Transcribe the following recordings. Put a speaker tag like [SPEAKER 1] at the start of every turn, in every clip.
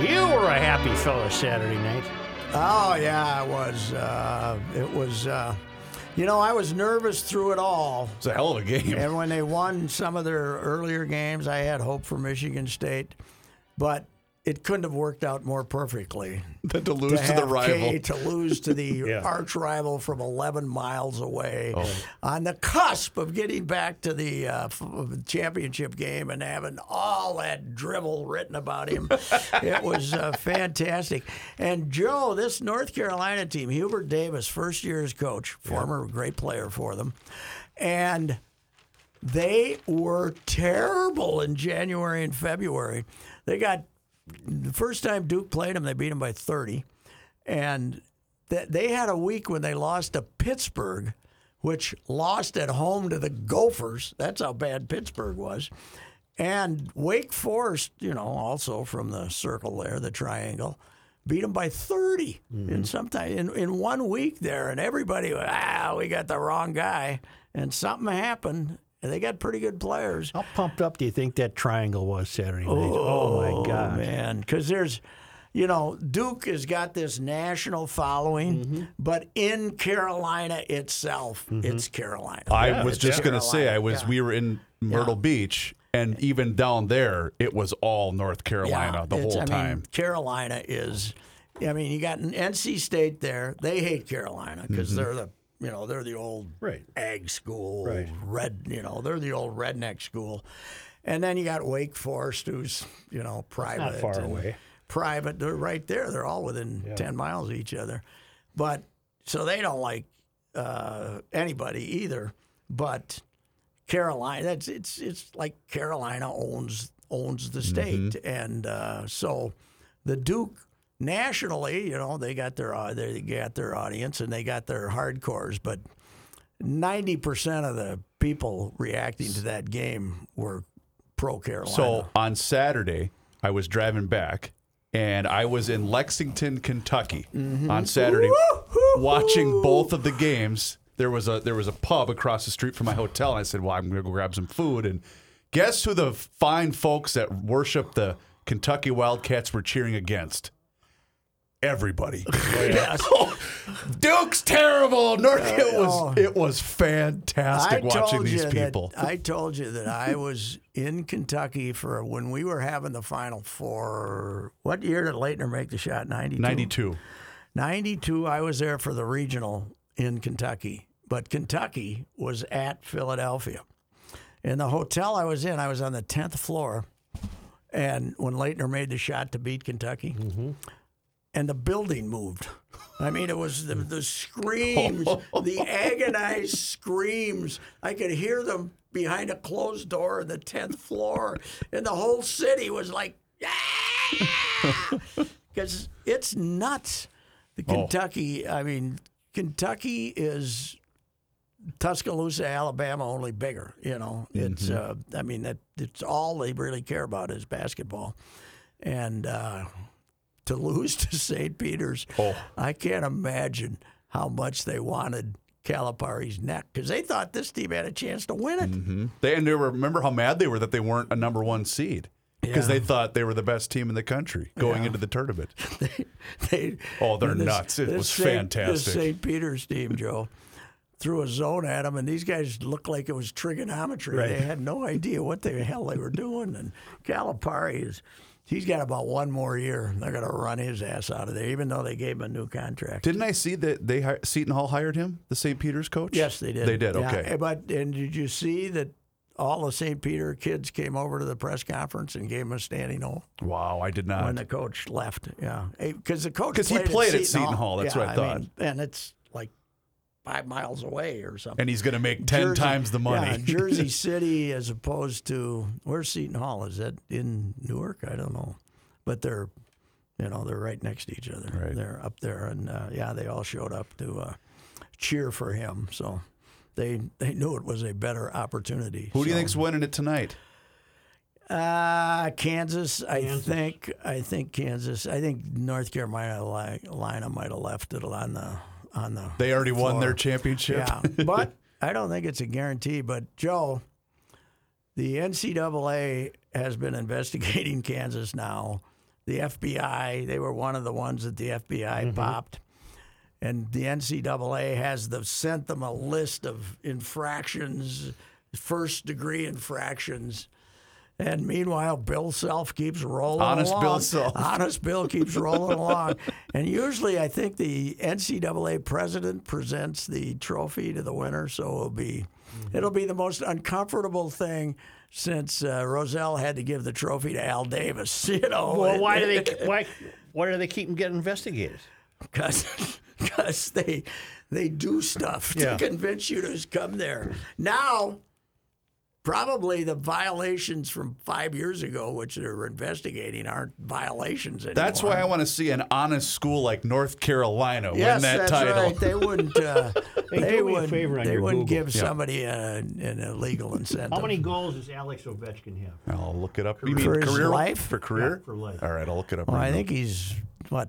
[SPEAKER 1] You were a happy fellow Saturday night.
[SPEAKER 2] Oh yeah, it was. Uh, it was. Uh, you know, I was nervous through it all.
[SPEAKER 3] It's a hell of a game.
[SPEAKER 2] And when they won some of their earlier games, I had hope for Michigan State, but it couldn't have worked out more perfectly.
[SPEAKER 3] to lose to, the
[SPEAKER 2] have
[SPEAKER 3] rival.
[SPEAKER 2] K to lose to the
[SPEAKER 1] Yeah.
[SPEAKER 2] arch rival from 11 miles away
[SPEAKER 3] Oh.
[SPEAKER 2] on the cusp of getting back to the uh, f- championship game and having all that drivel written about him. it was uh, fantastic. And Joe, this North Carolina team, Hubert Davis, first year as coach, former great player for them. And they were terrible in January and February. They got the first time Duke played them, they beat them by 30. And th- they had a week when they lost to Pittsburgh, which lost at home to the Gophers. That's how bad Pittsburgh was. And Wake Forest, you know, also from the circle there, the triangle, beat them by 30 in sometime in, in one week there. And everybody, ah, we got the wrong guy. And something happened. And they got pretty good players.
[SPEAKER 1] How pumped up do you think that triangle was Saturday night? Oh, my God.
[SPEAKER 2] man, because there's, you know, Duke has got this national following, but in Carolina itself, it's Carolina.
[SPEAKER 3] I
[SPEAKER 1] Yeah,
[SPEAKER 3] was
[SPEAKER 1] it's
[SPEAKER 3] just going to
[SPEAKER 2] Carolina,
[SPEAKER 3] say, I was.
[SPEAKER 2] yeah.
[SPEAKER 3] We were in Myrtle Beach, and even down there, it was all North Carolina the
[SPEAKER 2] it's-
[SPEAKER 3] whole
[SPEAKER 2] I
[SPEAKER 3] time.
[SPEAKER 2] Mean, Carolina is, I mean, you got an NC State there. They hate Carolina because they're the, you know, they're the old
[SPEAKER 1] Right.
[SPEAKER 2] ag school,
[SPEAKER 1] Right.
[SPEAKER 2] red, you know, they're the old redneck school. And then you got Wake Forest, who's, you know, private.
[SPEAKER 1] Not far
[SPEAKER 2] and-
[SPEAKER 1] away.
[SPEAKER 2] private. They're right there. They're all within 10 miles of each other. But so they don't like uh, anybody either. But Carolina, that's it's it's like Carolina owns owns the state, and uh, so the Duke nationally, you know, they got their au- they got their audience and they got their hardcores, but ninety percent of the people reacting to that game were pro Carolina.
[SPEAKER 3] So on Saturday, I was driving back, and I was in Lexington, Kentucky,
[SPEAKER 2] Mm-hmm.
[SPEAKER 3] on Saturday, watching both of the games. There was a there was a pub across the street from my hotel, and I said, "Well, I'm going to go grab some food." And guess who the fine folks that worship the Kentucky Wildcats were cheering against? Everybody.
[SPEAKER 2] Yes.
[SPEAKER 3] Duke's terrible. North. it was
[SPEAKER 2] oh.
[SPEAKER 3] it was fantastic watching
[SPEAKER 2] told
[SPEAKER 3] these
[SPEAKER 2] you
[SPEAKER 3] people.
[SPEAKER 2] That, I told you that I was in Kentucky for when we were having the Final Four. What year did Leitner make the shot? 92?
[SPEAKER 3] Ninety two.
[SPEAKER 2] 92, I was there for the regional in Kentucky, but Kentucky was at Philadelphia. And the hotel I was in, I was on the 10th floor. And when Leitner made the shot to beat Kentucky, and the building moved. I mean, it was the, the screams, the agonized screams. I could hear them behind a closed door on the 10th floor. And the whole city was like, because it's nuts. The Kentucky, I mean, Kentucky is Tuscaloosa, Alabama, only bigger. You know, it's uh, I mean that it's all they really care about is basketball, and uh, to lose to St. Peter's,
[SPEAKER 3] Oh.
[SPEAKER 2] I can't imagine how much they wanted Calipari's neck because they thought this team had a chance to win it.
[SPEAKER 3] Mm-hmm. They and they were, remember how mad they were that they weren't a number one seed because they thought they were the best team in the country going into the tournament.
[SPEAKER 2] they,
[SPEAKER 3] Oh, they're
[SPEAKER 2] this-
[SPEAKER 3] nuts. It
[SPEAKER 2] this
[SPEAKER 3] was
[SPEAKER 2] Saint-
[SPEAKER 3] fantastic.
[SPEAKER 2] This St. Peter's team, Joe, threw a zone at them, and these guys looked like it was trigonometry.
[SPEAKER 1] Right.
[SPEAKER 2] They had no idea what the hell they were doing. And Calipari is. He's got about one more year. They're going to run his ass out of there, even though they gave him a new contract.
[SPEAKER 3] Didn't I see that they hi- Seton Hall hired him, the St. Peter's coach?
[SPEAKER 2] yes, they did.
[SPEAKER 3] They did.
[SPEAKER 2] Yeah, eh,
[SPEAKER 3] Okay.
[SPEAKER 2] But and did you see that all the St. Peter kids came over to the press conference and gave him a standing ovation?
[SPEAKER 3] Wow, I did not.
[SPEAKER 2] when the coach left. Yeah, because the coach
[SPEAKER 3] 'Cause he played at Seton Hall, that's
[SPEAKER 2] Yeah,
[SPEAKER 3] what I thought.
[SPEAKER 2] mean, and it's like five miles away or something.
[SPEAKER 3] and he's going to make ten
[SPEAKER 2] Jersey-
[SPEAKER 3] times the
[SPEAKER 2] Yeah,
[SPEAKER 3] money.
[SPEAKER 2] Jersey City, as opposed to where's Seton Hall? Is that in Newark? I don't know, but they're you know they're right next to each other.
[SPEAKER 3] Right.
[SPEAKER 2] They're up there, and uh, yeah, they all showed up to uh, cheer for him. So. They, they knew it was a better opportunity.
[SPEAKER 3] Who do you
[SPEAKER 2] so.
[SPEAKER 3] think's winning it tonight?
[SPEAKER 2] Uh, Kansas, I think. I think Kansas. I think North Carolina li- Carolina might have left it on the on the.
[SPEAKER 3] They already won their
[SPEAKER 2] Florida.
[SPEAKER 3] championship.
[SPEAKER 2] yeah, but I don't think it's a guarantee. But Joe, the NCAA has been investigating Kansas now the FBI. They were one of the ones that the FBI
[SPEAKER 3] Mm-hmm.
[SPEAKER 2] popped. And the NCAA has the, sent them a list of infractions, first degree infractions. And meanwhile, Bill Self keeps rolling
[SPEAKER 3] Honest
[SPEAKER 2] along.
[SPEAKER 3] Bill Self.
[SPEAKER 2] Honest Bill keeps rolling along. And usually, I think the NCAA president presents the trophy to the winner, so it'll be
[SPEAKER 4] Mm-hmm.
[SPEAKER 2] it'll be the most uncomfortable thing since uh, Roselle had to give the trophy to Al Davis. You know,
[SPEAKER 4] Well, why do they why why do they keep them getting investigated?
[SPEAKER 2] Because because they they do stuff to
[SPEAKER 4] Yeah.
[SPEAKER 2] convince you to come there. Now, probably the violations from five years ago, which they're investigating, aren't violations anymore.
[SPEAKER 3] That's why I want to see an honest school like North Carolina
[SPEAKER 2] Yes,
[SPEAKER 3] win that
[SPEAKER 2] that's
[SPEAKER 3] title.
[SPEAKER 2] right. They wouldn't. Uh, they
[SPEAKER 4] do me a
[SPEAKER 2] wouldn't,
[SPEAKER 4] favor on
[SPEAKER 2] they
[SPEAKER 4] your
[SPEAKER 2] wouldn't
[SPEAKER 4] Google.
[SPEAKER 2] give somebody a, an illegal incentive.
[SPEAKER 4] How many goals does Alex Ovechkin have?
[SPEAKER 3] I'll look it up. You
[SPEAKER 2] For his life?
[SPEAKER 3] for career
[SPEAKER 4] Yeah, for life.
[SPEAKER 3] All right, I'll look it up.
[SPEAKER 2] Well,
[SPEAKER 3] right
[SPEAKER 2] I
[SPEAKER 3] now.
[SPEAKER 2] think he's what?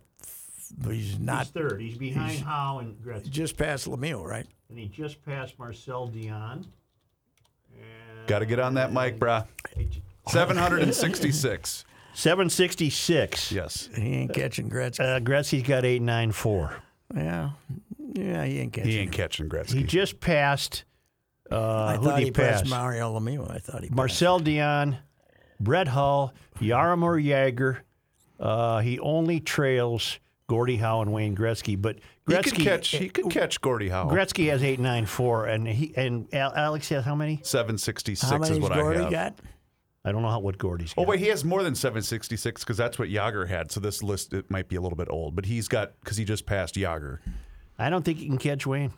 [SPEAKER 2] He's not
[SPEAKER 4] He's third. He's behind Howe and Gretzky,
[SPEAKER 2] just past Lemieux, right?
[SPEAKER 4] and he just passed Marcel Dion.
[SPEAKER 3] Got to get on that mic, brah. 766.
[SPEAKER 4] 766.
[SPEAKER 3] Yes.
[SPEAKER 2] He ain't catching Gretzky.
[SPEAKER 4] Uh, Gretzky's got 894.
[SPEAKER 2] Yeah, yeah, he ain't catching.
[SPEAKER 3] He ain't catching
[SPEAKER 4] He
[SPEAKER 3] Gretzky.
[SPEAKER 4] just passed. Uh,
[SPEAKER 2] I
[SPEAKER 4] who
[SPEAKER 2] thought
[SPEAKER 4] did
[SPEAKER 2] he,
[SPEAKER 4] he pass?
[SPEAKER 2] passed Mario Lemieux. I thought he. passed.
[SPEAKER 4] Marcel Dion, Brett Hull, Yaramur Yager. Uh, he only trails Gordie Howe and Wayne Gretzky, but
[SPEAKER 3] He,
[SPEAKER 4] Gretzky
[SPEAKER 3] could catch. He could catch Gordie Howe.
[SPEAKER 4] Gretzky has 894, and he and Al- Alex has how many?
[SPEAKER 3] 766
[SPEAKER 2] How many
[SPEAKER 3] is what I
[SPEAKER 2] Gordy
[SPEAKER 3] have.
[SPEAKER 2] got?
[SPEAKER 4] I don't know how what Gordie's got.
[SPEAKER 3] Oh wait, he has more than 766 because that's what Yager had. So this list it might be a little bit old, but he's got because he just passed Yager.
[SPEAKER 4] I don't think he can catch Wayne.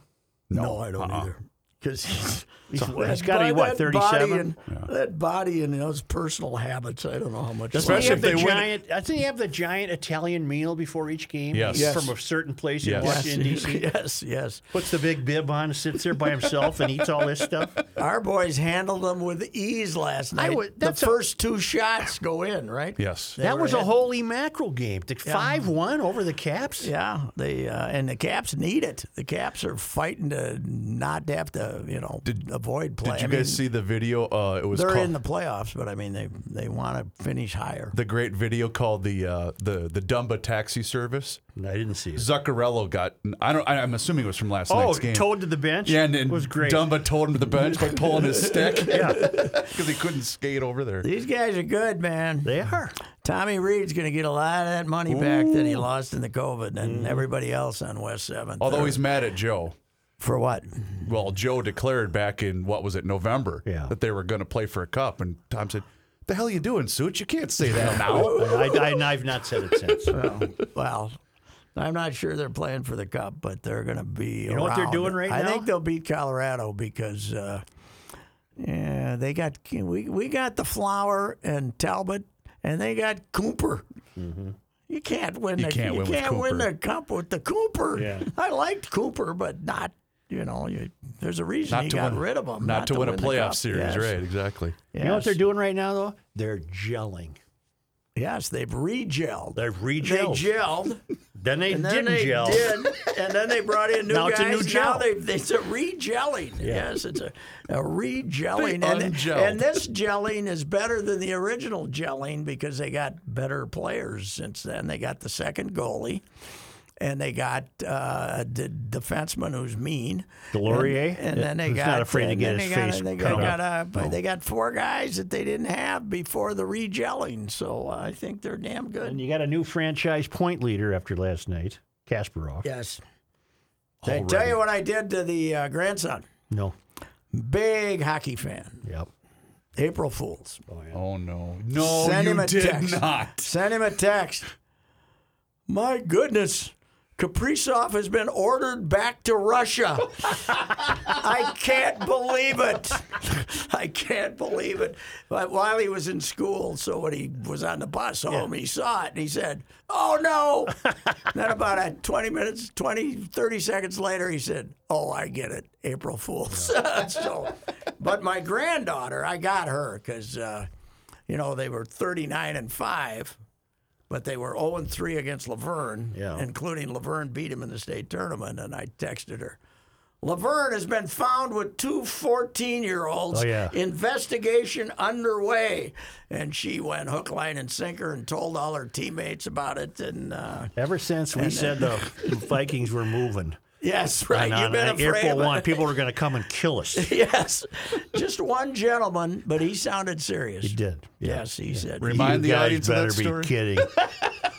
[SPEAKER 2] No, I don't
[SPEAKER 3] uh-uh.
[SPEAKER 2] either. Because
[SPEAKER 4] He's, he's got to be what, 37?
[SPEAKER 2] That body and those personal habits. I don't know how much.
[SPEAKER 4] Doesn't he
[SPEAKER 3] Especially
[SPEAKER 4] have
[SPEAKER 3] if
[SPEAKER 4] the
[SPEAKER 3] they win it-
[SPEAKER 4] giant, doesn't he have the giant Italian meal before each game?
[SPEAKER 3] Yes.
[SPEAKER 4] He's
[SPEAKER 3] Yes.
[SPEAKER 4] From a certain place
[SPEAKER 3] Yes.
[SPEAKER 4] in Washington, D.C.
[SPEAKER 2] yes, yes.
[SPEAKER 4] Puts the big bib on, sits there by himself, and eats all this stuff.
[SPEAKER 2] Our boys handled them with ease last night.
[SPEAKER 4] would-
[SPEAKER 2] the
[SPEAKER 4] that's a-
[SPEAKER 2] first two shots go in, right?
[SPEAKER 3] Yes.
[SPEAKER 2] They
[SPEAKER 4] That
[SPEAKER 2] were
[SPEAKER 4] was a
[SPEAKER 2] hit-
[SPEAKER 4] holy mackerel game. The five one over the Caps.
[SPEAKER 2] Yeah, they uh, and the Caps need it. The Caps are fighting to not have to, you know, avoid play.
[SPEAKER 3] Did
[SPEAKER 2] I
[SPEAKER 3] you
[SPEAKER 2] mean,
[SPEAKER 3] guys see the video? Uh, it was
[SPEAKER 2] they're
[SPEAKER 3] called,
[SPEAKER 2] in the playoffs, but I mean, they they want to finish higher.
[SPEAKER 3] the great video called the uh, the the Dumba taxi service.
[SPEAKER 4] I didn't see it.
[SPEAKER 3] Zuccarello got. I don't. I, I'm assuming it was from last
[SPEAKER 4] Oh,
[SPEAKER 3] night's game.
[SPEAKER 4] towed to the bench.
[SPEAKER 3] yeah, and then
[SPEAKER 4] was great.
[SPEAKER 3] Dumba told him to the bench by pulling his stick. yeah, because he couldn't skate over there.
[SPEAKER 2] These guys are good, man.
[SPEAKER 4] They are.
[SPEAKER 2] Tommy Reed's going to get a lot of that money back that he lost in the COVID and
[SPEAKER 4] Mm-hmm.
[SPEAKER 2] everybody else on West Seventh. uh,
[SPEAKER 3] Although he's mad at Joe.
[SPEAKER 2] for what?
[SPEAKER 3] Well, Joe declared back in what was it, November,
[SPEAKER 4] Yeah.
[SPEAKER 3] that they were going to play for a cup, and Tom said, "The hell you doing, Suits? You can't say that now."
[SPEAKER 4] I, I, and I've not said it since. You
[SPEAKER 2] Well, I'm not sure they're playing for the cup, but they're going to be. You
[SPEAKER 4] know what they're doing right
[SPEAKER 2] I
[SPEAKER 4] now?
[SPEAKER 2] think they'll beat Colorado because. Uh, yeah, they got we we got the Flower and Talbot, and they got Cooper. You can't win.
[SPEAKER 3] Mm-hmm. You
[SPEAKER 2] the,
[SPEAKER 3] can't
[SPEAKER 2] you
[SPEAKER 3] win with
[SPEAKER 2] can't win
[SPEAKER 3] Cooper.
[SPEAKER 2] the cup with the Cooper.
[SPEAKER 4] Yeah.
[SPEAKER 2] I liked Cooper, but not. You know, you, there's a reason
[SPEAKER 3] Not
[SPEAKER 2] he
[SPEAKER 3] to
[SPEAKER 2] got
[SPEAKER 3] win-
[SPEAKER 2] rid of him.
[SPEAKER 3] Not, to, win, a
[SPEAKER 2] the
[SPEAKER 3] playoff
[SPEAKER 2] cup.
[SPEAKER 3] series,
[SPEAKER 2] Yes.
[SPEAKER 3] right? Exactly.
[SPEAKER 4] know what
[SPEAKER 2] Yes.
[SPEAKER 4] they're doing right now though? They're gelling.
[SPEAKER 2] Yes, they've regelled.
[SPEAKER 4] They've
[SPEAKER 2] They
[SPEAKER 4] regelled.
[SPEAKER 2] gelled,
[SPEAKER 4] then they
[SPEAKER 2] and then
[SPEAKER 4] didn't
[SPEAKER 2] they
[SPEAKER 4] gel.
[SPEAKER 2] did, and then they brought in new
[SPEAKER 4] Now
[SPEAKER 2] guys.
[SPEAKER 4] it's a new gel.
[SPEAKER 2] Now they, it's a regelling. Yes, it's a, a regelling,
[SPEAKER 3] They
[SPEAKER 2] and,
[SPEAKER 3] ungelled.
[SPEAKER 2] and this gelling is better than the original gelling because they got better players since then. They got the second goalie, and they got uh, the defenseman who's mean.
[SPEAKER 4] Delorier?
[SPEAKER 2] and, and then they
[SPEAKER 4] Who's
[SPEAKER 2] got
[SPEAKER 4] not afraid to
[SPEAKER 2] and
[SPEAKER 4] get
[SPEAKER 2] then
[SPEAKER 4] his
[SPEAKER 2] they got-
[SPEAKER 4] face
[SPEAKER 2] They
[SPEAKER 4] cut Oh.
[SPEAKER 2] got, uh, they got four guys that they didn't have before the regelling, so uh, I think they're damn good.
[SPEAKER 4] And you got a new franchise point leader after last night, Kasparov.
[SPEAKER 2] Yes. Did I tell you what I did to the uh, grandson?
[SPEAKER 4] No.
[SPEAKER 2] Big hockey fan.
[SPEAKER 4] Yep.
[SPEAKER 2] April Fools.
[SPEAKER 3] Oh no, no,
[SPEAKER 2] Send
[SPEAKER 3] you
[SPEAKER 2] him a
[SPEAKER 3] did
[SPEAKER 2] text.
[SPEAKER 3] not.
[SPEAKER 2] Sent him a text. My goodness, Kaprizov has been ordered back to Russia. I can't believe it. I can't believe it. But while he was in school, so when he was on the bus home, he saw it and he said, Oh no. then about uh, 20 minutes, 20, 30 seconds later, he said, Oh, I get it. April Fool's. so, but my granddaughter, I got her because, uh, you know, they were 39 and 5. But they were 0 and 3 against Laverne,
[SPEAKER 4] Yeah.
[SPEAKER 2] including Laverne beat him in the state tournament. And I texted her, Laverne has been found with two 14 year olds.
[SPEAKER 4] Oh, yeah.
[SPEAKER 2] Investigation underway. And she went hook, line, and sinker and told all her teammates about it. And uh,
[SPEAKER 4] Ever since we said the Vikings were moving,
[SPEAKER 2] yes, right.
[SPEAKER 4] and
[SPEAKER 2] You've
[SPEAKER 4] on
[SPEAKER 2] been
[SPEAKER 4] uh,
[SPEAKER 2] afraid.
[SPEAKER 4] April
[SPEAKER 2] but-
[SPEAKER 4] one, people were going to come and kill us. He
[SPEAKER 2] Yes. Just one gentleman, but he sounded serious.
[SPEAKER 4] did. Yeah.
[SPEAKER 2] Yes, he said.
[SPEAKER 3] Remind
[SPEAKER 4] you
[SPEAKER 3] the
[SPEAKER 4] guys
[SPEAKER 3] audience of
[SPEAKER 4] better
[SPEAKER 3] that story.
[SPEAKER 4] be kidding.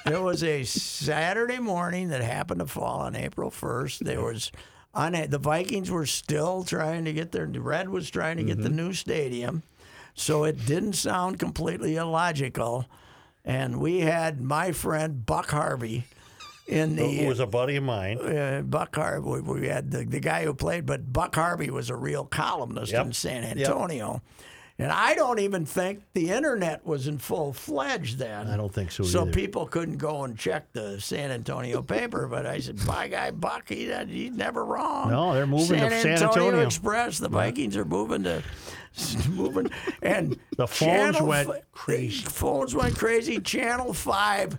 [SPEAKER 2] There was a Saturday morning that happened to fall on April 1st. There was on it, the Vikings were still trying to get their Red was trying to
[SPEAKER 4] Mm-hmm.
[SPEAKER 2] get the new stadium. So it didn't sound completely illogical. And we had my friend Buck Harvey in the
[SPEAKER 4] Who was a buddy of mine.
[SPEAKER 2] uh, Buck Harvey. We, we had the, the guy who played, but Buck Harvey was a real columnist in San Antonio. And I don't even think the internet was in full fledged then.
[SPEAKER 4] I don't think so
[SPEAKER 2] So
[SPEAKER 4] either.
[SPEAKER 2] people couldn't go and check the San Antonio paper. But I said, my guy Buck, he, uh, he's never wrong.
[SPEAKER 4] No, they're moving to San Antonio.
[SPEAKER 2] Express. The Vikings are moving to moving and
[SPEAKER 4] The phones
[SPEAKER 2] Channel
[SPEAKER 4] went
[SPEAKER 2] fi-
[SPEAKER 4] crazy.
[SPEAKER 2] Phones went crazy. Channel Five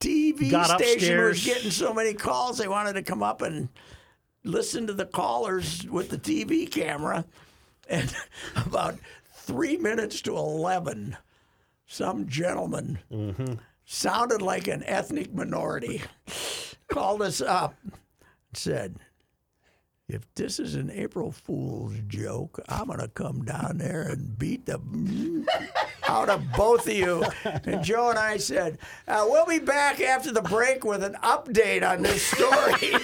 [SPEAKER 2] TV
[SPEAKER 4] Got
[SPEAKER 2] station was
[SPEAKER 4] upstairs.
[SPEAKER 2] getting so many calls. They wanted to come up and listen to the callers with the TV camera. And about three minutes to eleven, some gentleman
[SPEAKER 4] Mm-hmm.
[SPEAKER 2] sounded like an ethnic minority called us up and said. If this is an April Fool's joke, I'm gonna come down there and beat the out of both of you. And Joe and I said, uh, we'll be back after the break with an update on this story.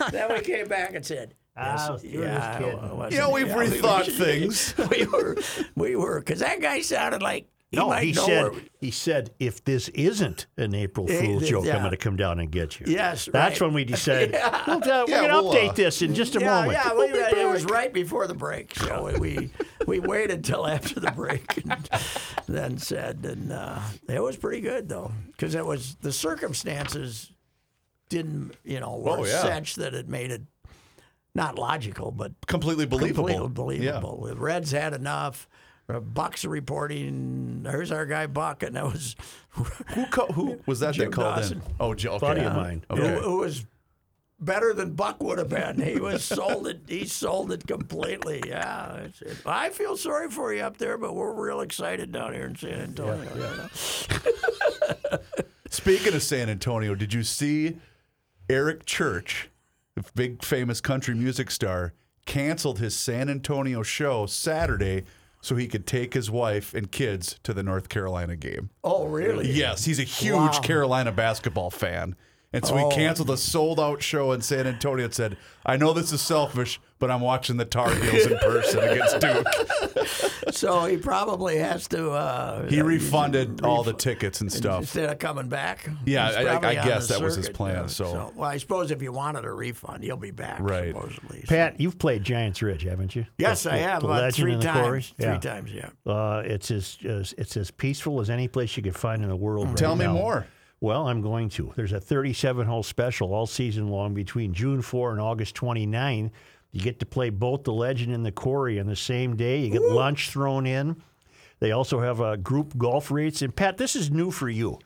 [SPEAKER 2] then we came back and said,
[SPEAKER 4] Ah, you were just kidding.
[SPEAKER 2] I wasn't-
[SPEAKER 3] You know, we've
[SPEAKER 2] yeah, we-
[SPEAKER 3] rethought things.
[SPEAKER 2] We were, we were, because that guy sounded like he
[SPEAKER 4] no,
[SPEAKER 2] might
[SPEAKER 4] he
[SPEAKER 2] know
[SPEAKER 4] said.
[SPEAKER 2] where-
[SPEAKER 4] He said, if this isn't an April
[SPEAKER 2] Eh,
[SPEAKER 4] Fool's
[SPEAKER 2] th-
[SPEAKER 4] joke,
[SPEAKER 2] yeah.
[SPEAKER 4] I'm going to come down and get you.
[SPEAKER 2] Yes,
[SPEAKER 4] that's
[SPEAKER 2] right.
[SPEAKER 4] when we decided we'll, uh,
[SPEAKER 3] Yeah,
[SPEAKER 4] we're going to
[SPEAKER 3] we'll,
[SPEAKER 4] update
[SPEAKER 3] uh,
[SPEAKER 4] this in just a
[SPEAKER 2] yeah,
[SPEAKER 4] moment.
[SPEAKER 2] yeah, we, it was right before the break, so we we, we waited till after the break, and then said, and uh, it was pretty good though, because it was the circumstances didn't, you know, were
[SPEAKER 3] Oh, yeah.
[SPEAKER 2] such that it made it not logical, but
[SPEAKER 3] Completely believable.
[SPEAKER 2] completely
[SPEAKER 3] Yeah.
[SPEAKER 2] believable. The Reds had enough. Uh, Buck's reporting. Here's our guy Buck, and that was
[SPEAKER 3] Who, co- who was that
[SPEAKER 2] Jim
[SPEAKER 3] that called
[SPEAKER 2] Dawson.
[SPEAKER 3] in? Oh, Joe. Okay.
[SPEAKER 4] Buddy of mine.
[SPEAKER 2] who
[SPEAKER 3] Okay.
[SPEAKER 2] who was better than Buck would have been. He was sold it. He sold it completely. Yeah, it's- it- I feel sorry for you up there, but we're real excited down here in San Antonio. you know.
[SPEAKER 3] Speaking of San Antonio, did you see Eric Church, the big famous country music star, canceled his San Antonio show Saturday so he could take his wife and kids to the North Carolina game?
[SPEAKER 2] Oh, really?
[SPEAKER 3] Yes, he's a huge Carolina basketball fan. And
[SPEAKER 4] Oh.
[SPEAKER 3] so he canceled a sold out show in San Antonio and said, I know this is selfish, but I'm watching the Tar Heels in person against Duke.
[SPEAKER 2] So he probably has to. Uh,
[SPEAKER 3] He refunded all the tickets and stuff.
[SPEAKER 2] Instead of coming back,
[SPEAKER 3] Yeah,
[SPEAKER 2] He's
[SPEAKER 3] I- I- I
[SPEAKER 2] probably on
[SPEAKER 3] guess
[SPEAKER 2] the
[SPEAKER 3] that was his
[SPEAKER 2] circuit,
[SPEAKER 3] plan,
[SPEAKER 2] uh,
[SPEAKER 3] so-
[SPEAKER 2] well, I suppose if you wanted a refund, he'll be back.
[SPEAKER 3] Right.
[SPEAKER 2] Supposedly.
[SPEAKER 4] Pat, you've played Giants Ridge, haven't you?
[SPEAKER 2] yes,
[SPEAKER 4] The-
[SPEAKER 2] I
[SPEAKER 4] the-
[SPEAKER 2] have
[SPEAKER 4] the
[SPEAKER 2] uh,
[SPEAKER 4] legend
[SPEAKER 2] three
[SPEAKER 4] in the
[SPEAKER 2] times.
[SPEAKER 4] quarry?
[SPEAKER 2] Three
[SPEAKER 4] Yeah.
[SPEAKER 2] times, yeah.
[SPEAKER 4] Uh, it's as, as it's as peaceful as any place you could find in the world. right
[SPEAKER 3] Tell me
[SPEAKER 4] now.
[SPEAKER 3] more.
[SPEAKER 4] Well, I'm going to. There's a 37 hole special all season long between June 4 and August 29. You get to play both the Legend and the Quarry on the same day. You get lunch thrown in. They also have uh, group golf rates. And Pat, this is new for you.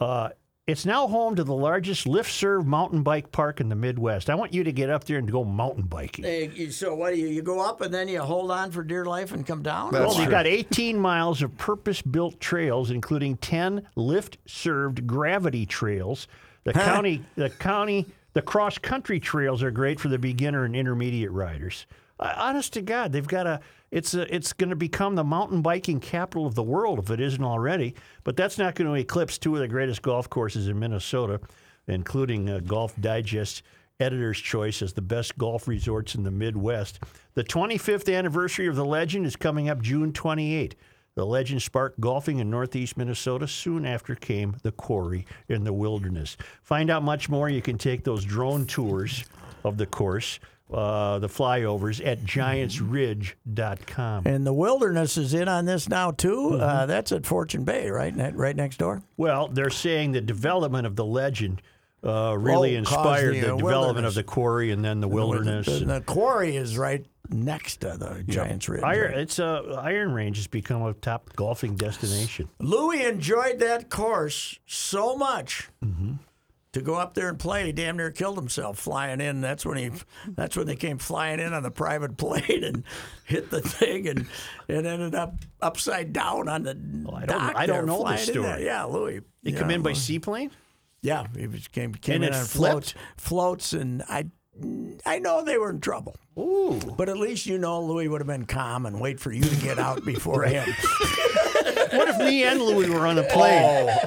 [SPEAKER 4] Uh, it's now home to the largest lift serve mountain bike park in the Midwest. I want you to get up there and go mountain biking.
[SPEAKER 2] Hey, you- so what do you? You go up and then you hold on for dear life and come down.
[SPEAKER 3] That's
[SPEAKER 2] Oh,
[SPEAKER 4] Well,
[SPEAKER 2] my-
[SPEAKER 4] we've
[SPEAKER 3] true.
[SPEAKER 4] got 18 miles of purpose built trails, including 10 lift served gravity trails. The county, the county, the cross country trails are great for the beginner and intermediate riders. Uh, honest to God, they've got a. It's a, it's going to become the mountain biking capital of the world if it isn't already. But that's not going to eclipse two of the greatest golf courses in Minnesota, including uh, Golf Digest editor's choice as the best golf resorts in the Midwest. The 25th anniversary of the legend is coming up June 28. The legend sparked golfing in northeast Minnesota. Soon after came the quarry in the wilderness. Find out much more. You can take those drone tours of the course, uh, the flyovers, at giantsridge.com.
[SPEAKER 2] And the wilderness is in on this now too. Uh,
[SPEAKER 4] Mm-hmm.
[SPEAKER 2] that's at Fortune Bay, right? Ne- right next door.
[SPEAKER 4] Well, they're saying the development of the legend uh, really
[SPEAKER 2] Oh, caused
[SPEAKER 4] inspired
[SPEAKER 2] the,
[SPEAKER 4] the,
[SPEAKER 2] uh,
[SPEAKER 4] development
[SPEAKER 2] wilderness.
[SPEAKER 4] of the quarry and then the wilderness.
[SPEAKER 2] The, the quarry is right next to the Giants Ridge.
[SPEAKER 4] Iron, it's uh, Iron Range has become a top golfing destination. Mm-hmm.
[SPEAKER 2] Louis enjoyed that course so much. to go up there and play. He damn near killed himself flying in. That's when he, that's when they came flying in on the private plane and hit the thing and and ended up upside down on the
[SPEAKER 4] I don't-
[SPEAKER 2] dock.
[SPEAKER 4] I don't
[SPEAKER 2] there,
[SPEAKER 4] know
[SPEAKER 2] flying
[SPEAKER 4] this
[SPEAKER 2] in there.
[SPEAKER 4] story.
[SPEAKER 2] Yeah, Louis.
[SPEAKER 4] They
[SPEAKER 2] yeah,
[SPEAKER 4] come in by
[SPEAKER 2] Louis.
[SPEAKER 4] seaplane?
[SPEAKER 2] Yeah, he was, came came
[SPEAKER 4] And
[SPEAKER 2] in
[SPEAKER 4] it
[SPEAKER 2] on
[SPEAKER 4] flipped?
[SPEAKER 2] floats, floats, and I I know they were in trouble.
[SPEAKER 4] Ooh.
[SPEAKER 2] But at least you know Louis would have been calm and wait for you to get out before him.
[SPEAKER 4] What if me and Louis were on a
[SPEAKER 2] Oh.
[SPEAKER 3] Oh.
[SPEAKER 4] plane?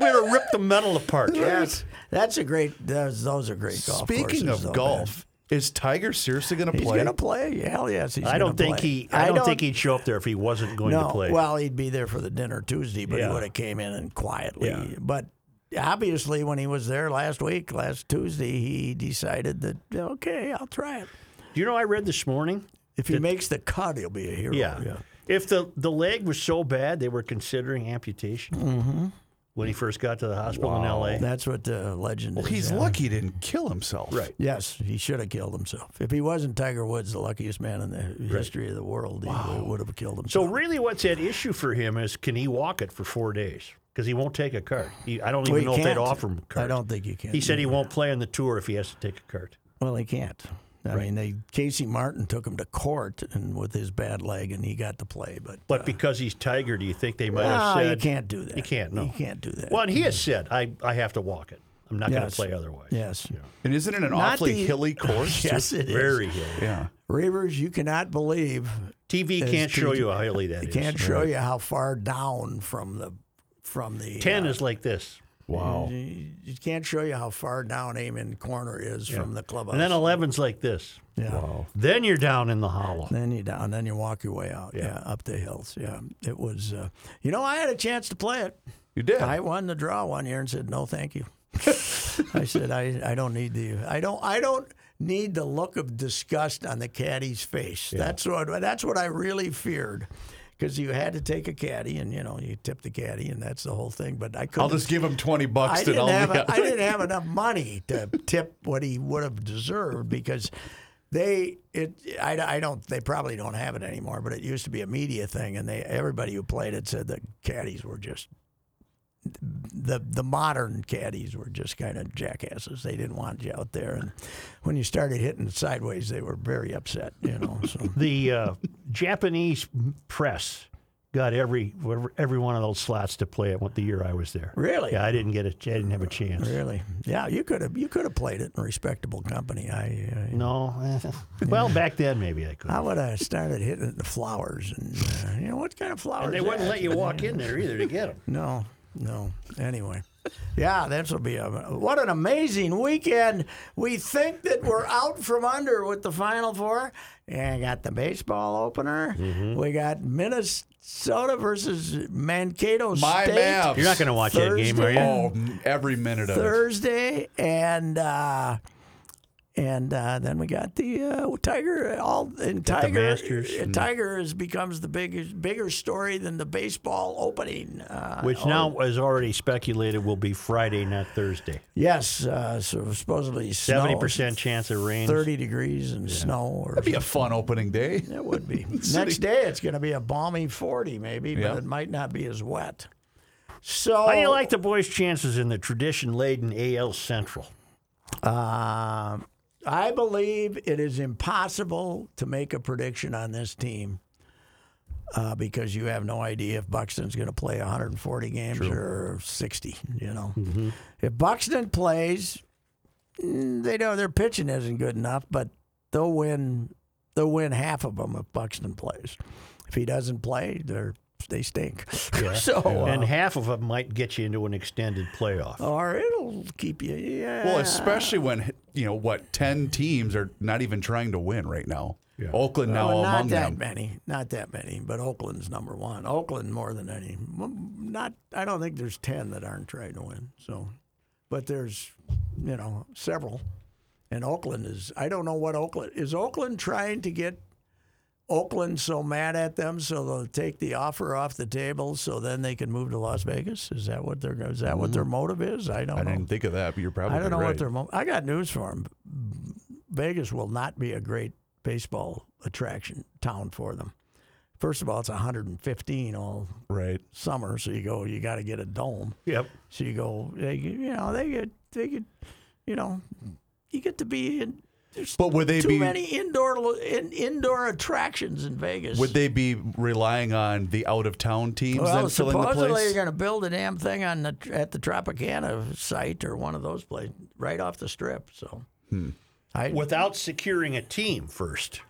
[SPEAKER 4] we would have ripped the metal apart.
[SPEAKER 2] That's, that's a great. Those, those are great golf
[SPEAKER 3] Speaking
[SPEAKER 2] courses,
[SPEAKER 3] of
[SPEAKER 2] though, man.
[SPEAKER 3] golf, is Tiger seriously going to
[SPEAKER 2] he's
[SPEAKER 3] play?
[SPEAKER 2] gonna play. Hell yes, he's.
[SPEAKER 4] I don't
[SPEAKER 2] gonna
[SPEAKER 4] think
[SPEAKER 2] play.
[SPEAKER 4] he. I don't, think he'd show up there if he wasn't going
[SPEAKER 2] No,
[SPEAKER 4] to play.
[SPEAKER 2] well, he'd be there for the dinner Tuesday, but
[SPEAKER 4] Yeah.
[SPEAKER 2] he would have came in and quietly.
[SPEAKER 4] Yeah.
[SPEAKER 2] But obviously, when he was there last week, last Tuesday, he decided that okay, I'll try it.
[SPEAKER 4] Do you know? I read this morning.
[SPEAKER 2] If he makes the cut, he'll be a hero.
[SPEAKER 4] Yeah. If the the leg was so bad, they were considering amputation
[SPEAKER 2] Mm-hmm.
[SPEAKER 4] when he first got to the hospital in L.A.
[SPEAKER 2] that's what the legend is.
[SPEAKER 3] He's
[SPEAKER 2] yeah.
[SPEAKER 3] lucky he didn't kill himself.
[SPEAKER 4] Right.
[SPEAKER 2] Yes, he should have killed himself. If he wasn't Tiger Woods, the luckiest man in the history of the world, he would have killed
[SPEAKER 4] So
[SPEAKER 2] himself.
[SPEAKER 4] really, what's at issue for him is can he walk it for four days? Because he won't take a cart. He, I don't even
[SPEAKER 2] he
[SPEAKER 4] know if they'd
[SPEAKER 2] can't.
[SPEAKER 4] offer him a cart.
[SPEAKER 2] I don't think you can.
[SPEAKER 4] He said he won't play on the tour if he has to take a cart.
[SPEAKER 2] Well, he can't. I mean, they Casey Martin took him to court and with his bad leg, and he got to play. But
[SPEAKER 4] But because he's Tiger, do you think they might have
[SPEAKER 2] no,
[SPEAKER 4] said?
[SPEAKER 2] you can't do that.
[SPEAKER 4] You can't, no.
[SPEAKER 2] You can't do that.
[SPEAKER 4] Well, and he has said, "I I have to walk it. I'm not going
[SPEAKER 2] Yes.
[SPEAKER 4] to play otherwise."
[SPEAKER 2] Yes.
[SPEAKER 3] And isn't it an
[SPEAKER 2] Not
[SPEAKER 3] awfully
[SPEAKER 2] the-
[SPEAKER 3] hilly course?
[SPEAKER 2] Yes, it is.
[SPEAKER 4] Very hilly.
[SPEAKER 3] Yeah.
[SPEAKER 2] Reavers, you cannot believe
[SPEAKER 4] TV can't show you how hilly that
[SPEAKER 2] it
[SPEAKER 4] is.
[SPEAKER 2] can't show you how far down from the from the
[SPEAKER 4] Ten is like this,
[SPEAKER 3] Wow.
[SPEAKER 2] you can't show you how far down Amen Corner is from the clubhouse.
[SPEAKER 4] and then 11's like this.
[SPEAKER 2] yeah.
[SPEAKER 4] Then you're down in the hollow.
[SPEAKER 2] Then you down, then you walk your way out. Yeah, up the hills. Yeah, it was. Uh, you know, I had a chance to play it.
[SPEAKER 3] You did.
[SPEAKER 2] I won the draw one year and said no, thank you. I said I, I don't need the I don't I don't need the look of disgust on the caddy's face. That's what that's what I really feared. Because you had to take a caddy, and you know you tip the caddy, and that's the whole thing. But I couldn't.
[SPEAKER 3] I'll just give him 20 bucks
[SPEAKER 2] I
[SPEAKER 3] and
[SPEAKER 2] didn't,
[SPEAKER 3] I'll
[SPEAKER 2] have
[SPEAKER 3] yeah.
[SPEAKER 2] I didn't have enough money to tip what he would have deserved because they it I, I don't they probably don't have it anymore but it used to be a media thing and they everybody who played it said the caddies were just the the modern caddies were just kind of jackasses they didn't want you out there and when you started hitting it sideways they were very upset you know so
[SPEAKER 4] The uh, Japanese press got every whatever- every one of those slots to play it the year I was there.
[SPEAKER 2] Really?
[SPEAKER 4] Yeah, I didn't get a, I didn't have a chance.
[SPEAKER 2] really yeah you could have you could have played it in respectable company I, I
[SPEAKER 4] No. eh. well, back then maybe I could.
[SPEAKER 2] I would have started hitting the flowers, and uh, you know what kind of flowers?
[SPEAKER 4] They
[SPEAKER 2] is
[SPEAKER 4] wouldn't
[SPEAKER 2] that?
[SPEAKER 4] let you walk in there either to get them.
[SPEAKER 2] No, no. Anyway, yeah, this will be a what an amazing weekend. We think that we're out from under with the Final Four. Yeah, I got the baseball opener.
[SPEAKER 4] Mm-hmm.
[SPEAKER 2] We got Minnesota versus Mankato
[SPEAKER 3] My
[SPEAKER 2] State.
[SPEAKER 3] Mavs.
[SPEAKER 4] You're not going to watch that game, are you?
[SPEAKER 3] Oh, m- every minute of it.
[SPEAKER 2] Thursday, and uh, and uh, then we got the uh, Tiger. All and Tiger,
[SPEAKER 4] Masters.
[SPEAKER 2] uh, Tiger is becomes the biggest, bigger story than the baseball opening. Uh,
[SPEAKER 4] Which now is already speculated will be Friday, not Thursday.
[SPEAKER 2] yes, uh, so supposedly snow,
[SPEAKER 4] Seventy percent chance of rain.
[SPEAKER 2] thirty degrees and snow. Or
[SPEAKER 3] That'd be a fun opening day.
[SPEAKER 2] that would be next day. It's going to be a balmy forty, maybe,
[SPEAKER 3] Yeah.
[SPEAKER 2] but it might not be as wet. So
[SPEAKER 4] How do you like the boys' chances in the tradition-laden AL Central?
[SPEAKER 2] Um, I believe it is impossible to make a prediction on this team uh, because you have no idea if Buxton's going to play 140 games or 60. You know, if Buxton plays, mm, they know their pitching isn't good enough, but they'll win. They'll win half of them if Buxton plays. If he doesn't play, they're they stink. so. uh,
[SPEAKER 4] and half of them might get you into an extended playoff.
[SPEAKER 2] or it'll keep you. Yeah.
[SPEAKER 3] Well, especially when, you know, what, 10 teams are not even trying to win right now. Oakland now
[SPEAKER 2] Well,
[SPEAKER 3] among
[SPEAKER 2] not that
[SPEAKER 3] them.
[SPEAKER 2] many, not that many, but Oakland's number one. Oakland more than any. M- Not, I don't think there's ten that aren't trying to win. So, but there's, you know, several, and Oakland is. I don't know what Oakland is. Oakland trying to get Oakland so mad at them so they'll take the offer off the table so then they can move to Las Vegas. Is that what their is that what their motive is? I don't
[SPEAKER 3] Mm-hmm. I
[SPEAKER 2] know.
[SPEAKER 3] didn't think of that, but you're probably
[SPEAKER 2] I don't know
[SPEAKER 3] right.
[SPEAKER 2] what their. Mo- I got news for them. Vegas will not be a great baseball attraction town for them. First of all, it's 115 all
[SPEAKER 3] Right.
[SPEAKER 2] summer, so you go. You got to get a dome.
[SPEAKER 4] Yep.
[SPEAKER 2] So you go. They, you know, they get they could, you know, you get to be in. There's
[SPEAKER 3] But would they
[SPEAKER 2] too
[SPEAKER 3] be-
[SPEAKER 2] many indoor lo- in, indoor attractions in Vegas?
[SPEAKER 3] Would they be relying on the out of town teams
[SPEAKER 2] well,
[SPEAKER 3] then filling the
[SPEAKER 2] supposedly you're
[SPEAKER 3] place?
[SPEAKER 2] going to build a damn thing on the at the Tropicana site or one of those places right off the strip. So,
[SPEAKER 3] Hmm.
[SPEAKER 2] I
[SPEAKER 4] without securing a team first.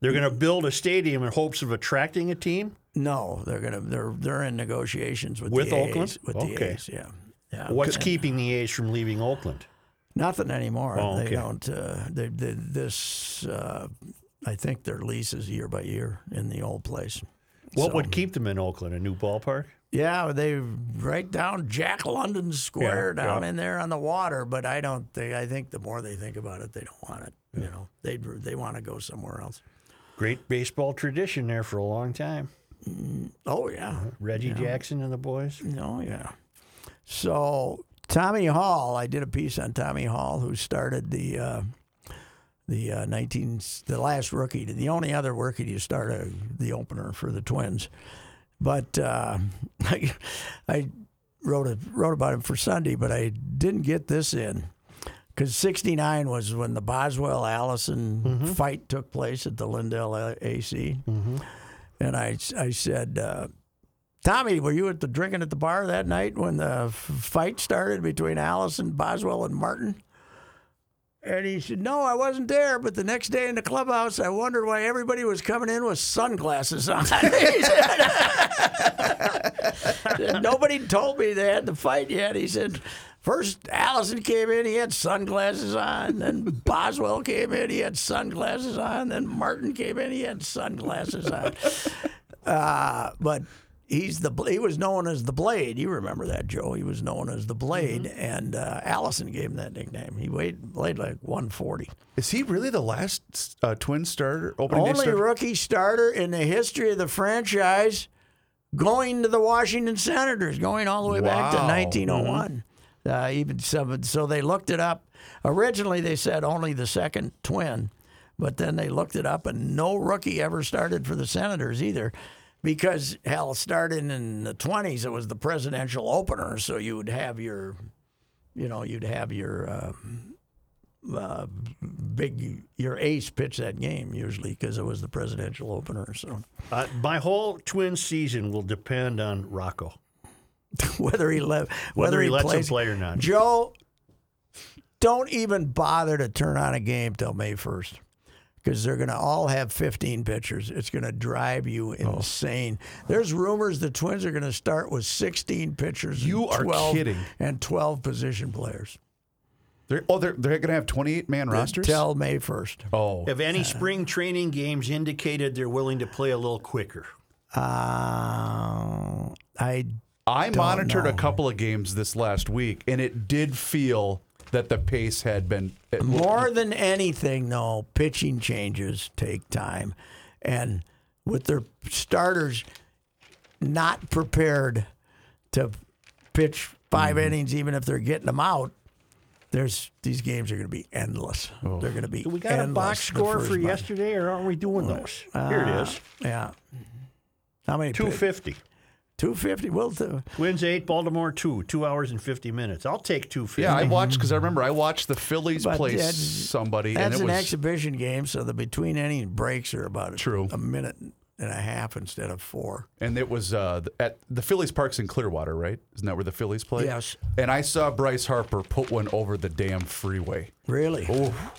[SPEAKER 4] They're going to build a stadium in hopes of attracting a team.
[SPEAKER 2] no, they're going to they're they're in negotiations with
[SPEAKER 4] With
[SPEAKER 2] the
[SPEAKER 4] Oakland?
[SPEAKER 2] A's, with the
[SPEAKER 4] Okay.
[SPEAKER 2] A's, yeah, yeah.
[SPEAKER 4] What's keeping the A's from leaving Oakland?
[SPEAKER 2] Nothing anymore.
[SPEAKER 4] Oh,
[SPEAKER 2] They
[SPEAKER 4] okay.
[SPEAKER 2] don't. Uh, they, they, this, uh, I think their lease is year by year in the old place.
[SPEAKER 4] What would keep them in Oakland? A new ballpark?
[SPEAKER 2] Yeah, they right down Jack London Square
[SPEAKER 4] Yeah,
[SPEAKER 2] down
[SPEAKER 4] yeah.
[SPEAKER 2] in there on the water. But I don't think. I think the more they think about it, they don't want it. You know, they they want to go somewhere else.
[SPEAKER 4] Great baseball tradition there for a long time.
[SPEAKER 2] Oh yeah,
[SPEAKER 4] Reggie Jackson and the boys.
[SPEAKER 2] oh yeah. So Tommy Hall, I did a piece on Tommy Hall, who started the. Uh, the uh, 19, the last rookie, the only other rookie to start a, the opener for the Twins. But uh, I, I wrote a, wrote about him for Sunday, but I didn't get this in because '69 was when the Boswell Allison fight took place at the Lindell A- AC, and I I said. Uh, Tommy, were you at the drinking at the bar that night when the f- fight started between Allison, Boswell, and Martin? And he said, No, I wasn't there. But the next day in the clubhouse, I wondered why everybody was coming in with sunglasses on. He said, Nobody told me they had the fight yet. He said, First, Allison came in, he had sunglasses on. Then Boswell came in, he had sunglasses on. Then Martin came in, he had sunglasses on. Uh, but he's the he was known as the Blade. You remember that, Joe? He was known as the Blade, and uh, Allison gave him that nickname. He weighed weighed like 140.
[SPEAKER 3] Is he really the last uh, twin starter opening day
[SPEAKER 2] Only
[SPEAKER 3] starter?
[SPEAKER 2] rookie starter in the history of the franchise, going to the Washington Senators, going all the way back to
[SPEAKER 3] Wow.
[SPEAKER 2] 1901. Uh, even seven, so they looked it up. Originally, they said only the second twin, but then they looked it up, and no rookie ever started for the Senators either. Because hell, starting in the twenties, it was the presidential opener, so you would have your, you know, you'd have your uh, uh, big your ace pitch that game usually because it was the presidential opener. So
[SPEAKER 4] Uh, my whole twin season will depend on Rocco.
[SPEAKER 2] whether he le- whether,
[SPEAKER 4] Whether he lets him
[SPEAKER 2] plays,
[SPEAKER 4] play or not.
[SPEAKER 2] Joe, don't even bother to turn on a game till May first. Because they're going to all have 15 pitchers. It's going to drive you
[SPEAKER 4] Oh.
[SPEAKER 2] insane. There's rumors the Twins are going to start with 16 pitchers.
[SPEAKER 3] You
[SPEAKER 2] and
[SPEAKER 3] are
[SPEAKER 2] 12
[SPEAKER 3] kidding.
[SPEAKER 2] And 12 position players
[SPEAKER 3] They're, oh, they're, they're going to have 28 man rosters?
[SPEAKER 2] until May 1st.
[SPEAKER 3] oh,
[SPEAKER 4] Have any spring training games indicated they're willing to play a little quicker?
[SPEAKER 2] Uh, I
[SPEAKER 3] I monitored a
[SPEAKER 2] know.
[SPEAKER 3] couple of games this last week, and it did feel that the pace had been. it-
[SPEAKER 2] More than anything, though, pitching changes take time. And with their starters not prepared to pitch 5
[SPEAKER 3] Mm-hmm.
[SPEAKER 2] innings, even if they're getting them out, there's these games are going to be endless.
[SPEAKER 3] Oh.
[SPEAKER 2] They're going to be
[SPEAKER 4] We got a box
[SPEAKER 2] endless the
[SPEAKER 4] score
[SPEAKER 2] first
[SPEAKER 4] for
[SPEAKER 2] month.
[SPEAKER 4] yesterday, or aren't we doing those? Here it is
[SPEAKER 2] Yeah. How many?
[SPEAKER 4] 250.
[SPEAKER 2] 250. Well, the,
[SPEAKER 4] Twins 8, Baltimore 2, 2 hours and 50 minutes. I'll take 250.
[SPEAKER 3] yeah, I watched because I remember I watched the Phillies
[SPEAKER 2] But
[SPEAKER 3] play
[SPEAKER 2] that's-
[SPEAKER 3] somebody, and
[SPEAKER 2] that's
[SPEAKER 3] it
[SPEAKER 2] an
[SPEAKER 3] was
[SPEAKER 2] exhibition game, so the between innings breaks are about a-
[SPEAKER 3] True.
[SPEAKER 2] a minute and a half instead of four.
[SPEAKER 3] and it was uh, th- at the Phillies Parks in Clearwater, right? Isn't that where the Phillies play?
[SPEAKER 2] Yes.
[SPEAKER 3] And I saw Bryce Harper put one over the damn freeway.
[SPEAKER 2] Really?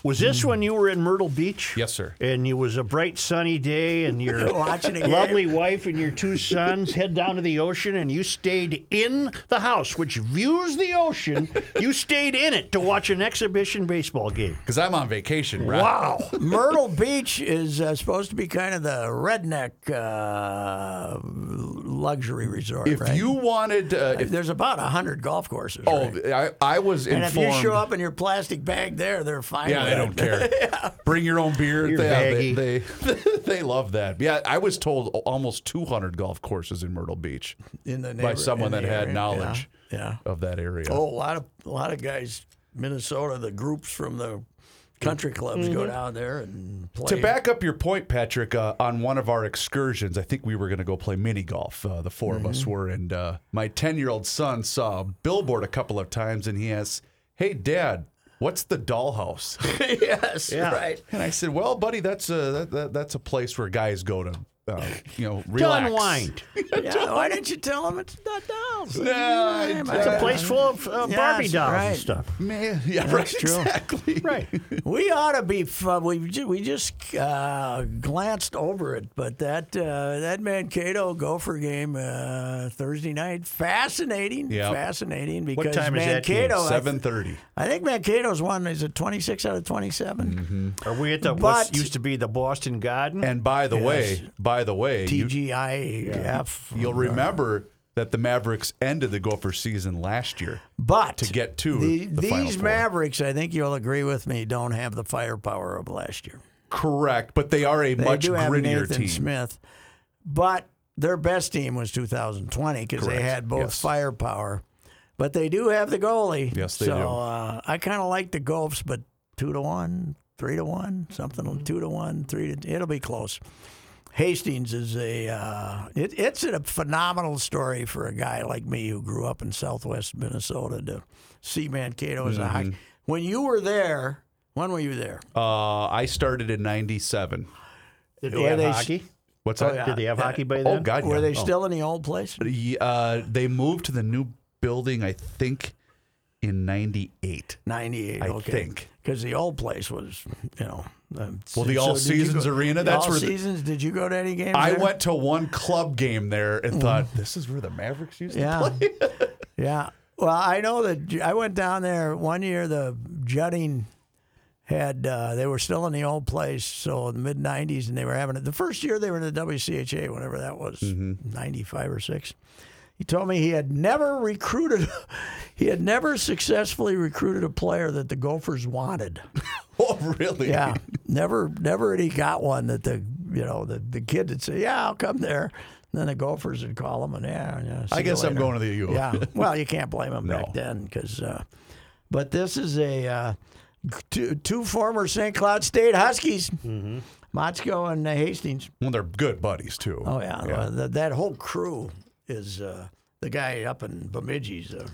[SPEAKER 4] Was this when you were in Myrtle Beach?
[SPEAKER 3] Yes, sir.
[SPEAKER 4] And it was a bright sunny day, and your
[SPEAKER 2] Watching a game.
[SPEAKER 4] lovely wife and your two sons head down to the ocean, and you stayed in the house, which views the ocean. You stayed in it to watch an exhibition baseball game.
[SPEAKER 3] Because I'm on vacation, right?
[SPEAKER 4] Wow.
[SPEAKER 2] Myrtle Beach is uh, supposed to be kind of the redneck uh, luxury resort.
[SPEAKER 3] If
[SPEAKER 2] right?
[SPEAKER 3] you wanted, uh, if
[SPEAKER 2] there's about hundred golf courses.
[SPEAKER 3] oh,
[SPEAKER 2] right?
[SPEAKER 3] I, I was
[SPEAKER 2] and if
[SPEAKER 3] informed.
[SPEAKER 2] you show up in your plastic bag there, they're fine.
[SPEAKER 3] Yeah,
[SPEAKER 2] with
[SPEAKER 3] they
[SPEAKER 2] it.
[SPEAKER 3] don't care. Bring your own beer.
[SPEAKER 4] Your
[SPEAKER 3] yeah, they,
[SPEAKER 4] baggie.
[SPEAKER 3] they they love that. Yeah, I was told almost 200 golf courses in Myrtle Beach
[SPEAKER 2] in the
[SPEAKER 3] by
[SPEAKER 2] neighbor-
[SPEAKER 3] someone
[SPEAKER 2] in
[SPEAKER 3] that
[SPEAKER 2] the
[SPEAKER 3] had
[SPEAKER 2] area.
[SPEAKER 3] knowledge
[SPEAKER 2] Yeah.
[SPEAKER 3] of that area.
[SPEAKER 2] yeah. Oh, a lot of a lot of guys, Minnesota, the groups from the country clubs go down there and play.
[SPEAKER 3] Mm-hmm. To back up your point, Patrick, uh, on one of our excursions, I think we were going to go play mini golf. Uh,
[SPEAKER 2] Mm-hmm.
[SPEAKER 3] the 4 of us were, and uh, my ten-year-old son saw a billboard a couple of times, and he asked, "Hey, Dad, what's the dollhouse?"
[SPEAKER 2] yes, right.
[SPEAKER 3] And I said, "Well, buddy, that's a that, that, that's a place where guys go to, uh, you know, relax."
[SPEAKER 4] unwind.
[SPEAKER 2] Yeah, why didn't you tell him it's not dolls?
[SPEAKER 3] Yeah, it's-
[SPEAKER 2] I-
[SPEAKER 3] it's
[SPEAKER 4] A place full of uh,
[SPEAKER 2] Yes,
[SPEAKER 4] Barbie dolls
[SPEAKER 2] right.
[SPEAKER 4] and stuff.
[SPEAKER 3] Man, yeah, right,
[SPEAKER 2] true.
[SPEAKER 3] exactly.
[SPEAKER 4] Right.
[SPEAKER 2] We ought to be. fu- We ju- we just uh, glanced over it, but that uh, that Mankato Gopher game uh, Thursday night, fascinating,
[SPEAKER 3] Yeah.
[SPEAKER 2] fascinating because
[SPEAKER 4] time is that game?
[SPEAKER 2] Mankato. I-
[SPEAKER 3] Seven thirty.
[SPEAKER 2] I, think Mankato's one is a twenty six out of twenty
[SPEAKER 3] Mm-hmm.
[SPEAKER 4] Are we at the what
[SPEAKER 2] But-
[SPEAKER 4] used to be the Boston Garden?
[SPEAKER 3] And by the way, by the way, you,
[SPEAKER 2] TGIF.
[SPEAKER 3] you'll remember that the Mavericks ended the Gopher season last year
[SPEAKER 2] but
[SPEAKER 3] to get to
[SPEAKER 2] the,
[SPEAKER 3] the, Final
[SPEAKER 2] these
[SPEAKER 3] Four.
[SPEAKER 2] Mavericks, I think you'll agree with me, don't have the firepower of last year.
[SPEAKER 3] Correct, but they are a
[SPEAKER 2] They
[SPEAKER 3] much
[SPEAKER 2] do have
[SPEAKER 3] grittier
[SPEAKER 2] Nathan
[SPEAKER 3] team.
[SPEAKER 2] Smith, but their best team was 2020 because they
[SPEAKER 3] Correct.
[SPEAKER 2] had both
[SPEAKER 3] Yes.
[SPEAKER 2] firepower. But they do have the goalie.
[SPEAKER 3] Yes, they
[SPEAKER 2] so,
[SPEAKER 3] do.
[SPEAKER 2] uh, I kind of like the Gulfs, but two to one, three to one, something
[SPEAKER 3] Mm-hmm.
[SPEAKER 2] two to one, three to. It'll be close. Hastings is a uh, it, it's a phenomenal story for a guy like me who grew up in Southwest Minnesota to see Mankato as a
[SPEAKER 3] Mm-hmm.
[SPEAKER 2] hockey. When you were there, when were you there?
[SPEAKER 3] Uh, I started in '97.
[SPEAKER 4] Did they
[SPEAKER 2] were
[SPEAKER 4] have
[SPEAKER 2] they s-
[SPEAKER 4] hockey?
[SPEAKER 3] What's
[SPEAKER 2] Oh,
[SPEAKER 3] that?
[SPEAKER 4] Did they have hockey by then?
[SPEAKER 3] Oh God,
[SPEAKER 2] Were
[SPEAKER 3] yeah.
[SPEAKER 2] they still in the old place?
[SPEAKER 3] Ye- Uh, they moved to the new building, I think, in '98.
[SPEAKER 2] 98,
[SPEAKER 3] I
[SPEAKER 2] okay.
[SPEAKER 3] think.
[SPEAKER 2] Because the old place was, you know. um,
[SPEAKER 3] Well, the
[SPEAKER 2] so
[SPEAKER 3] All
[SPEAKER 2] did you
[SPEAKER 3] Seasons
[SPEAKER 2] go-
[SPEAKER 3] Arena,
[SPEAKER 2] the
[SPEAKER 3] that's
[SPEAKER 2] All
[SPEAKER 3] where the-
[SPEAKER 2] Seasons. Did you go to any games?
[SPEAKER 3] I
[SPEAKER 2] there? Mm.
[SPEAKER 3] went to one club game there and thought, this is where the Mavericks used
[SPEAKER 2] Yeah.
[SPEAKER 3] to play.
[SPEAKER 2] Yeah. Well, I know that J- I went down there one year. The jutting had uh, they were still in the old place, so in the mid '90s, and they were having it. The first year they were in the WCHA, whenever that was,
[SPEAKER 3] Mm-hmm.
[SPEAKER 2] '95 or six. He told me he had never recruited, he had never successfully recruited a player that the Gophers wanted.
[SPEAKER 3] oh, really?
[SPEAKER 2] Yeah, never, never really got one that the you know the, the kid would say, yeah, I'll come there. And then the Gophers would call him and yeah. yeah see
[SPEAKER 3] I
[SPEAKER 2] you
[SPEAKER 3] guess I'm
[SPEAKER 2] later."
[SPEAKER 3] going to the U.
[SPEAKER 2] Yeah, well, you can't blame him
[SPEAKER 3] No.
[SPEAKER 2] back then because. Uh, but this is a uh, two, two former St. Cloud State Huskies,
[SPEAKER 3] Mm-hmm.
[SPEAKER 2] mm Motzko and uh, Hastings.
[SPEAKER 3] Well, they're good buddies too.
[SPEAKER 2] Oh yeah, well, th- that whole crew is uh, the guy up in Bemidji's, uh,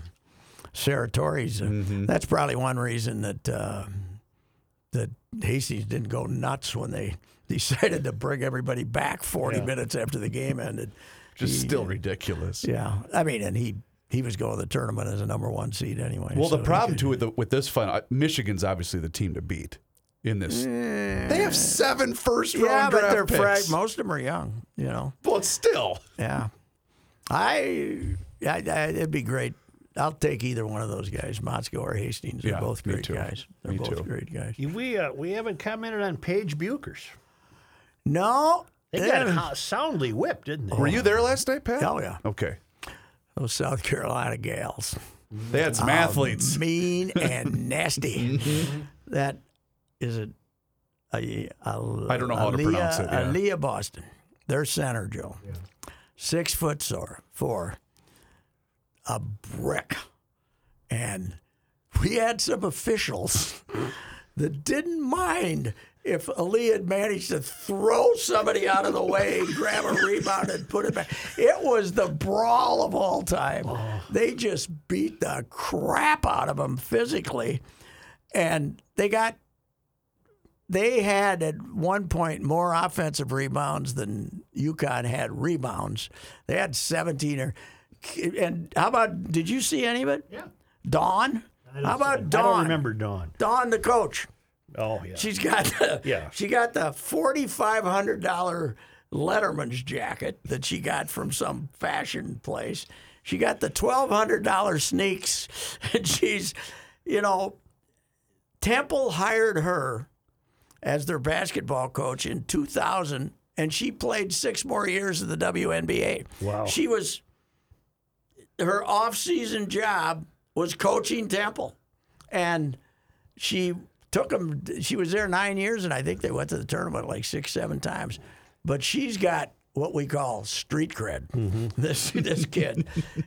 [SPEAKER 2] Saratoris. Uh,
[SPEAKER 3] Mm-hmm.
[SPEAKER 2] That's probably one reason that uh, that Hastings didn't go nuts when they decided to bring everybody back 40 minutes after the game ended.
[SPEAKER 3] Just still ridiculous.
[SPEAKER 2] Yeah, I mean, and he he was going to the tournament as a number one seed anyway.
[SPEAKER 3] Well,
[SPEAKER 2] so
[SPEAKER 3] the
[SPEAKER 2] he
[SPEAKER 3] problem
[SPEAKER 2] could-
[SPEAKER 3] too with the, with this final, uh, Michigan's obviously the team to beat in this. They have seven first round
[SPEAKER 2] Yeah, but
[SPEAKER 3] draft
[SPEAKER 2] they're frag-
[SPEAKER 3] picks.
[SPEAKER 2] most of them are young. You know.
[SPEAKER 3] but still,
[SPEAKER 2] Yeah. I, I, I it'd be great. I'll take either one of those guys, Motzko or Hastings. They're
[SPEAKER 3] Yeah,
[SPEAKER 2] both
[SPEAKER 3] me
[SPEAKER 2] great
[SPEAKER 3] too.
[SPEAKER 2] guys. They're
[SPEAKER 3] Me
[SPEAKER 2] both
[SPEAKER 3] too.
[SPEAKER 2] great guys.
[SPEAKER 4] we uh, we haven't commented on Paige Buchers.
[SPEAKER 2] No,
[SPEAKER 4] They got ho- soundly whipped, didn't they?
[SPEAKER 3] were you there last night, Pat?
[SPEAKER 2] Oh, yeah.
[SPEAKER 3] Okay,
[SPEAKER 2] those South Carolina gals,
[SPEAKER 3] they had some athletes.
[SPEAKER 2] mean and nasty. that is it. I
[SPEAKER 3] Mm-hmm. I don't know how to pronounce it, yeah.
[SPEAKER 2] Aaliyah Boston, their center, Joe, six foot sore, four, a brick, and we had some officials that didn't mind if Ali had managed to throw somebody out of the way, grab a rebound, and put it back. It was the brawl of all time. They just beat the crap out of them physically, and they got. They had at one point more offensive rebounds than UConn had rebounds. They had 17 or, and how about? Did you see any of it? Yeah. Dawn. How about Dawn?
[SPEAKER 4] I don't remember Dawn.
[SPEAKER 2] Dawn, the coach.
[SPEAKER 4] Oh yeah.
[SPEAKER 2] She's got the
[SPEAKER 4] Yeah.
[SPEAKER 2] She got the forty five hundred dollar Letterman's jacket that she got from some fashion place. She got the twelve hundred dollar sneaks, and she's, you know, Temple hired her as their basketball coach in two thousand, and she played six more years of the WNBA.
[SPEAKER 4] Wow.
[SPEAKER 2] She was her off season job was coaching Temple, and she took them. She was there nine years, and I think they went to the tournament like six, seven times. But she's got what we call street cred.
[SPEAKER 4] Mm-hmm.
[SPEAKER 2] This this kid,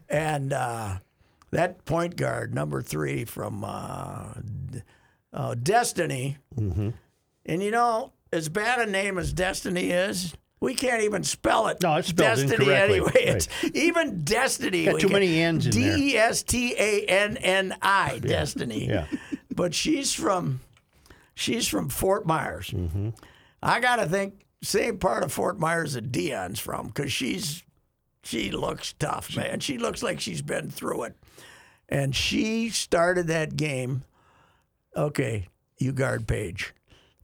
[SPEAKER 2] and uh, that point guard number three from uh, D-
[SPEAKER 4] Mm-hmm.
[SPEAKER 2] uh, Destiny. And you know, as bad a name as Destiny is, We can't even spell it.
[SPEAKER 4] No, it's spelled
[SPEAKER 2] Destiny
[SPEAKER 4] incorrectly.
[SPEAKER 2] anyway.
[SPEAKER 4] Right.
[SPEAKER 2] It's even Destiny.
[SPEAKER 4] Got
[SPEAKER 2] we
[SPEAKER 4] too
[SPEAKER 2] can-
[SPEAKER 4] many Ns in there.
[SPEAKER 2] D E S T A N N I. Destiny.
[SPEAKER 4] Oh, Yeah.
[SPEAKER 2] But she's from she's from Fort Myers.
[SPEAKER 4] Mm-hmm.
[SPEAKER 2] I gotta think same part of Fort Myers that Dion's from because she's she looks tough, man. She looks like she's been through it. And she started that game. Okay, you guard Page.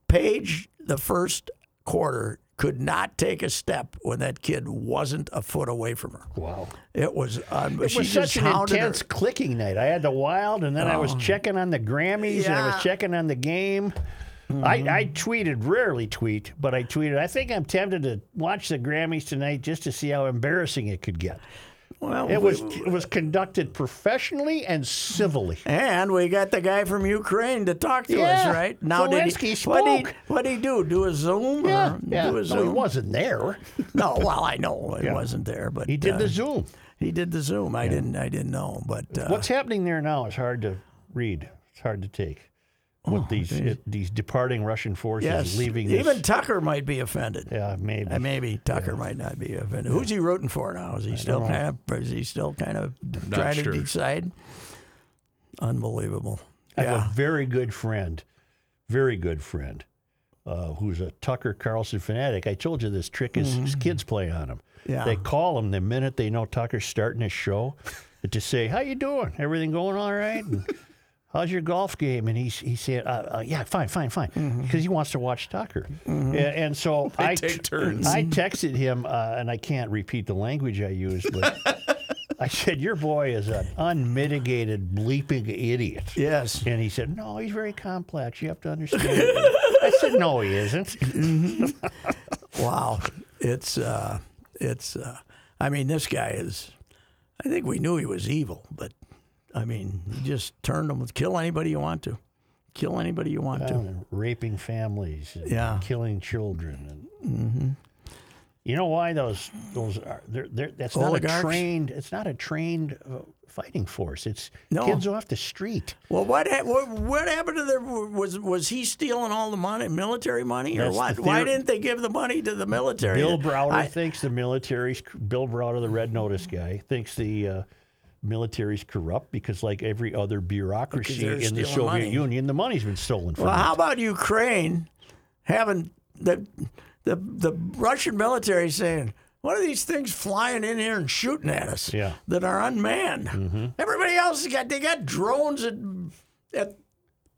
[SPEAKER 2] Page, the first quarter, could not take a step when that kid wasn't a foot away from her.
[SPEAKER 4] Wow.
[SPEAKER 2] It was, um,
[SPEAKER 4] It
[SPEAKER 2] she
[SPEAKER 4] was
[SPEAKER 2] just
[SPEAKER 4] such an
[SPEAKER 2] hounded her. Oh.
[SPEAKER 4] intense clicking night. I had the wild, and then I was checking on the Grammys, and I
[SPEAKER 2] Yeah. Mm-hmm.
[SPEAKER 4] was checking on the game. I, I tweeted, rarely tweet, but I tweeted, I think I'm tempted to watch the Grammys tonight just to see how embarrassing it could get.
[SPEAKER 2] Well,
[SPEAKER 4] It
[SPEAKER 2] we-
[SPEAKER 4] was it was conducted professionally and civilly.
[SPEAKER 2] And we got the guy from Ukraine to talk to us,
[SPEAKER 4] Yeah,
[SPEAKER 2] right? Now, did he,
[SPEAKER 4] Zelensky
[SPEAKER 2] what did
[SPEAKER 4] spoke.
[SPEAKER 2] he, what'd he do? Do a Zoom? or Do a
[SPEAKER 4] No, he
[SPEAKER 2] Zoom?
[SPEAKER 4] wasn't there.
[SPEAKER 2] no, well, I know it wasn't there, but
[SPEAKER 4] He did
[SPEAKER 2] uh,
[SPEAKER 4] the Zoom.
[SPEAKER 2] he did the Zoom. I didn't. I didn't know, but uh,
[SPEAKER 4] What's happening there now is hard to read. It's hard to take. With these it, these departing Russian forces
[SPEAKER 2] Oh, yes,
[SPEAKER 4] leaving this.
[SPEAKER 2] even Tucker might be offended.
[SPEAKER 4] yeah, maybe.
[SPEAKER 2] Uh, Maybe Tucker might not be offended. Who's he rooting for now? Is he still kind of? Is he still kind of trying
[SPEAKER 3] sure.
[SPEAKER 2] to decide? Unbelievable.
[SPEAKER 4] I have
[SPEAKER 2] Yeah.
[SPEAKER 4] a very good friend, very good friend, uh, who's a Tucker Carlson fanatic. I told you this trick is his kids play on him.
[SPEAKER 2] Yeah.
[SPEAKER 4] They call him the minute they know Tucker's starting his show to say, "How you doing? Everything going all right?" And, How's your golf game? And he's he said, uh, uh, "Yeah, fine, fine, fine," because he wants to watch Tucker. And, and so I
[SPEAKER 3] take
[SPEAKER 4] t-
[SPEAKER 3] turns.
[SPEAKER 4] I texted him, uh, and I can't repeat the language I used, but I said, "Your boy is an unmitigated bleeping idiot."
[SPEAKER 2] Yes.
[SPEAKER 4] And he said, "No, he's very complex. You have to understand." him." I said, "No, he isn't."
[SPEAKER 2] Wow, it's uh, it's. Uh, I mean, this guy is. I think we knew he was evil, but I mean, he just turned him with kill anybody you want to, kill anybody you want to.
[SPEAKER 4] And raping families, and
[SPEAKER 2] Yeah. Mm-hmm.
[SPEAKER 4] killing children, and you know why those those are they're, they're, that's not
[SPEAKER 2] Oligarchs?
[SPEAKER 4] a trained. It's not a trained uh, fighting force. It's
[SPEAKER 2] No.
[SPEAKER 4] kids off the street.
[SPEAKER 2] Well, what ha- what, what happened to the was was he stealing all the money, military money, or
[SPEAKER 4] That's the
[SPEAKER 2] what? Why
[SPEAKER 4] theor-
[SPEAKER 2] didn't they give the money to the military?
[SPEAKER 4] Bill Browder
[SPEAKER 2] I-
[SPEAKER 4] thinks the military's Bill Browder, the Red Notice guy, thinks the uh, military's corrupt because, like every other bureaucracy
[SPEAKER 2] they're
[SPEAKER 4] in the
[SPEAKER 2] stealing
[SPEAKER 4] Soviet
[SPEAKER 2] money.
[SPEAKER 4] Union, the money's been stolen from.
[SPEAKER 2] Well,
[SPEAKER 4] them.
[SPEAKER 2] how about Ukraine having the the the Russian military saying, "What are these things flying in here and shooting at us
[SPEAKER 4] Yeah. Mm-hmm.
[SPEAKER 2] that are unmanned?" Everybody else has got they got drones at at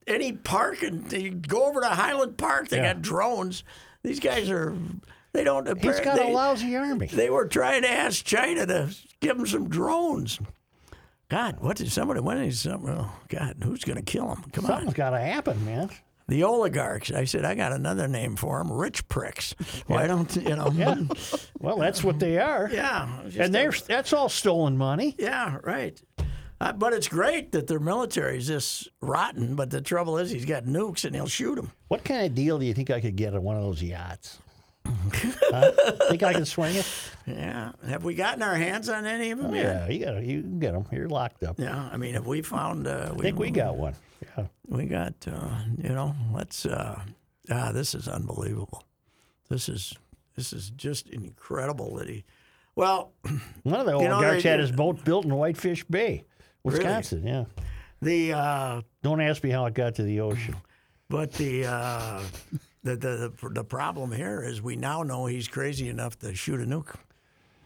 [SPEAKER 2] any park, and they go over to Highland Park. They
[SPEAKER 4] Yeah.
[SPEAKER 2] got drones. These guys are they don't.
[SPEAKER 4] He's got
[SPEAKER 2] they,
[SPEAKER 4] a lousy army.
[SPEAKER 2] they were trying to ask China to give them some drones. God, what did somebody? When is something? Oh, God, who's going to kill them? Come on.
[SPEAKER 4] Something's got to happen, man.
[SPEAKER 2] The oligarchs. I said, I got another name for them, rich pricks. Why don't you know? Yeah,
[SPEAKER 4] Well, that's what they are,
[SPEAKER 2] just
[SPEAKER 4] and
[SPEAKER 2] a-
[SPEAKER 4] they're that's all stolen money.
[SPEAKER 2] yeah, right. Uh, but it's great that their military is this rotten. But the trouble is, he's got nukes and he'll shoot them.
[SPEAKER 4] What kind of deal do you think I could get on one of those yachts? huh? Think I can swing it?
[SPEAKER 2] Yeah. Have we gotten our hands on any of them yet?
[SPEAKER 4] Yeah, you got you can get them. You're locked up. I
[SPEAKER 2] Yeah. I mean, have we found? Uh, we,
[SPEAKER 4] think we got one. Yeah.
[SPEAKER 2] we got. Uh, you know, let's. Uh, ah, this is unbelievable. This is this is just incredible that he. Well,
[SPEAKER 4] One of the
[SPEAKER 2] You know,
[SPEAKER 4] oligarchs
[SPEAKER 2] they-
[SPEAKER 4] had his boat built in Whitefish Bay, Wisconsin. Yeah.
[SPEAKER 2] the. Uh,
[SPEAKER 4] Don't ask me how it got to the ocean.
[SPEAKER 2] But the, uh, the, the the the problem here is we now know he's crazy enough to shoot a nuke,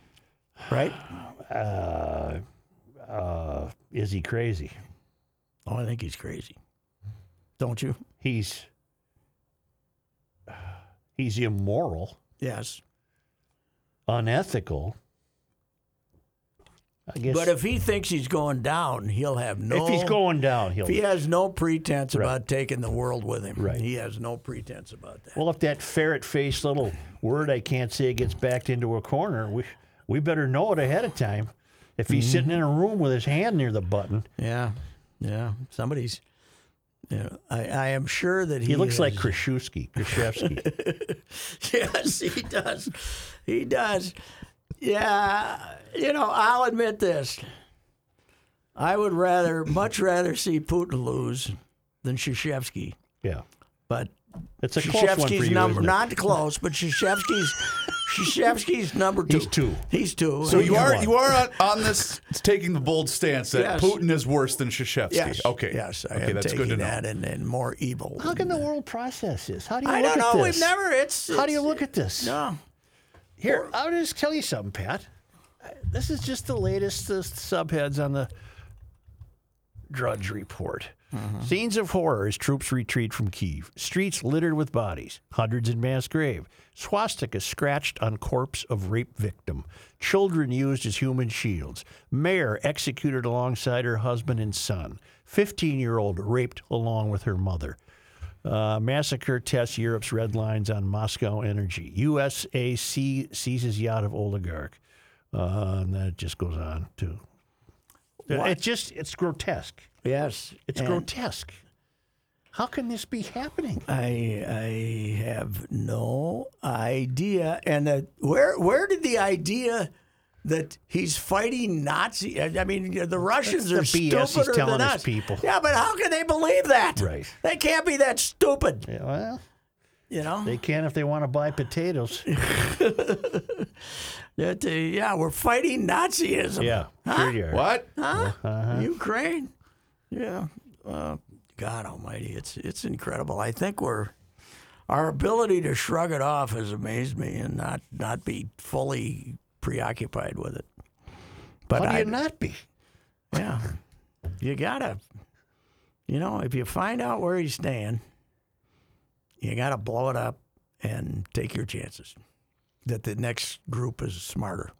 [SPEAKER 2] right?
[SPEAKER 4] Uh, uh, is he crazy?
[SPEAKER 2] Oh, I think he's crazy. Don't you?
[SPEAKER 4] He's he's immoral,
[SPEAKER 2] Yes.
[SPEAKER 4] unethical. I guess
[SPEAKER 2] But if he thinks he's going down, he'll have no.
[SPEAKER 4] if he's going down, he'll.
[SPEAKER 2] if he has no pretense about taking the world with him.
[SPEAKER 4] Right.
[SPEAKER 2] He has no pretense about that.
[SPEAKER 4] well, if that ferret-faced little word I can't say gets backed into a corner, we we better know it ahead of time. If he's sitting in
[SPEAKER 2] Mm-hmm.
[SPEAKER 4] a room with his hand near the button,
[SPEAKER 2] Yeah. Yeah. Somebody's. Yeah. I, I am sure that he.
[SPEAKER 4] he, looks like
[SPEAKER 2] is-
[SPEAKER 4] Kraszewski. Kraszewski.
[SPEAKER 2] Yes, he does. He does. Yeah, you know, I'll admit this. I would rather, much rather, see Putin lose than Shashevsky.
[SPEAKER 4] yeah,
[SPEAKER 2] But
[SPEAKER 4] it's a close one for
[SPEAKER 2] Shashevsky's
[SPEAKER 4] you.
[SPEAKER 2] number
[SPEAKER 4] isn't it?
[SPEAKER 2] not close, but Shashevsky's Shashevsky's number two.
[SPEAKER 4] He's two.
[SPEAKER 2] He's two.
[SPEAKER 3] So you are
[SPEAKER 2] one.
[SPEAKER 3] you are on, on this taking the bold stance
[SPEAKER 2] Yes.
[SPEAKER 3] that Putin is worse than Shashevsky.
[SPEAKER 2] Yes.
[SPEAKER 3] Okay.
[SPEAKER 2] Yes. I
[SPEAKER 3] okay,
[SPEAKER 2] am
[SPEAKER 3] that's
[SPEAKER 2] taking
[SPEAKER 3] good to know.
[SPEAKER 2] that and, and more evil.
[SPEAKER 4] How can the world process this? How do you
[SPEAKER 2] I
[SPEAKER 4] look
[SPEAKER 2] don't
[SPEAKER 4] at
[SPEAKER 2] know.
[SPEAKER 4] this?
[SPEAKER 2] We've never. It's,
[SPEAKER 4] How do you
[SPEAKER 2] it's-
[SPEAKER 4] look at this?
[SPEAKER 2] No.
[SPEAKER 4] Here, I'll just tell you something, Pat. Uh, This is just the latest uh, subheads on the Drudge Report. Scenes of horror as troops retreat from Kiev. Streets littered with bodies. Hundreds in mass grave. Swastika scratched on corpse of rape victim. Children used as human shields. Mayor executed alongside her husband and son. 15 year old raped along with her mother. Uh, massacre tests Europe's red lines on Moscow energy. USAC seizes yacht of oligarch. Uh, and that just goes on too. It's just it's grotesque.
[SPEAKER 2] Yes.
[SPEAKER 4] It's
[SPEAKER 2] and
[SPEAKER 4] grotesque. How can this be happening?
[SPEAKER 2] I I have no idea. And uh, where where did the idea that he's fighting Nazi? I I mean, the Russians
[SPEAKER 4] the
[SPEAKER 2] are
[SPEAKER 4] BS
[SPEAKER 2] stupider
[SPEAKER 4] he's telling
[SPEAKER 2] than
[SPEAKER 4] us
[SPEAKER 2] us.
[SPEAKER 4] people.
[SPEAKER 2] Yeah, but how can they believe that?
[SPEAKER 4] Right.
[SPEAKER 2] They can't be that stupid.
[SPEAKER 4] Yeah, well,
[SPEAKER 2] You know.
[SPEAKER 4] they can if they want to buy potatoes.
[SPEAKER 2] That, uh, yeah, we're fighting Nazism.
[SPEAKER 4] Yeah, sure you are.
[SPEAKER 3] What?
[SPEAKER 2] Huh? Ukraine. Yeah. Uh, God Almighty, it's it's incredible. I think we're our ability to shrug it off has amazed me and not not be fully preoccupied with it. But
[SPEAKER 4] How do
[SPEAKER 2] I,
[SPEAKER 4] you not be?
[SPEAKER 2] yeah, you gotta, you know, if you find out where he's staying, you gotta blow it up and take your chances that the next group is smarter,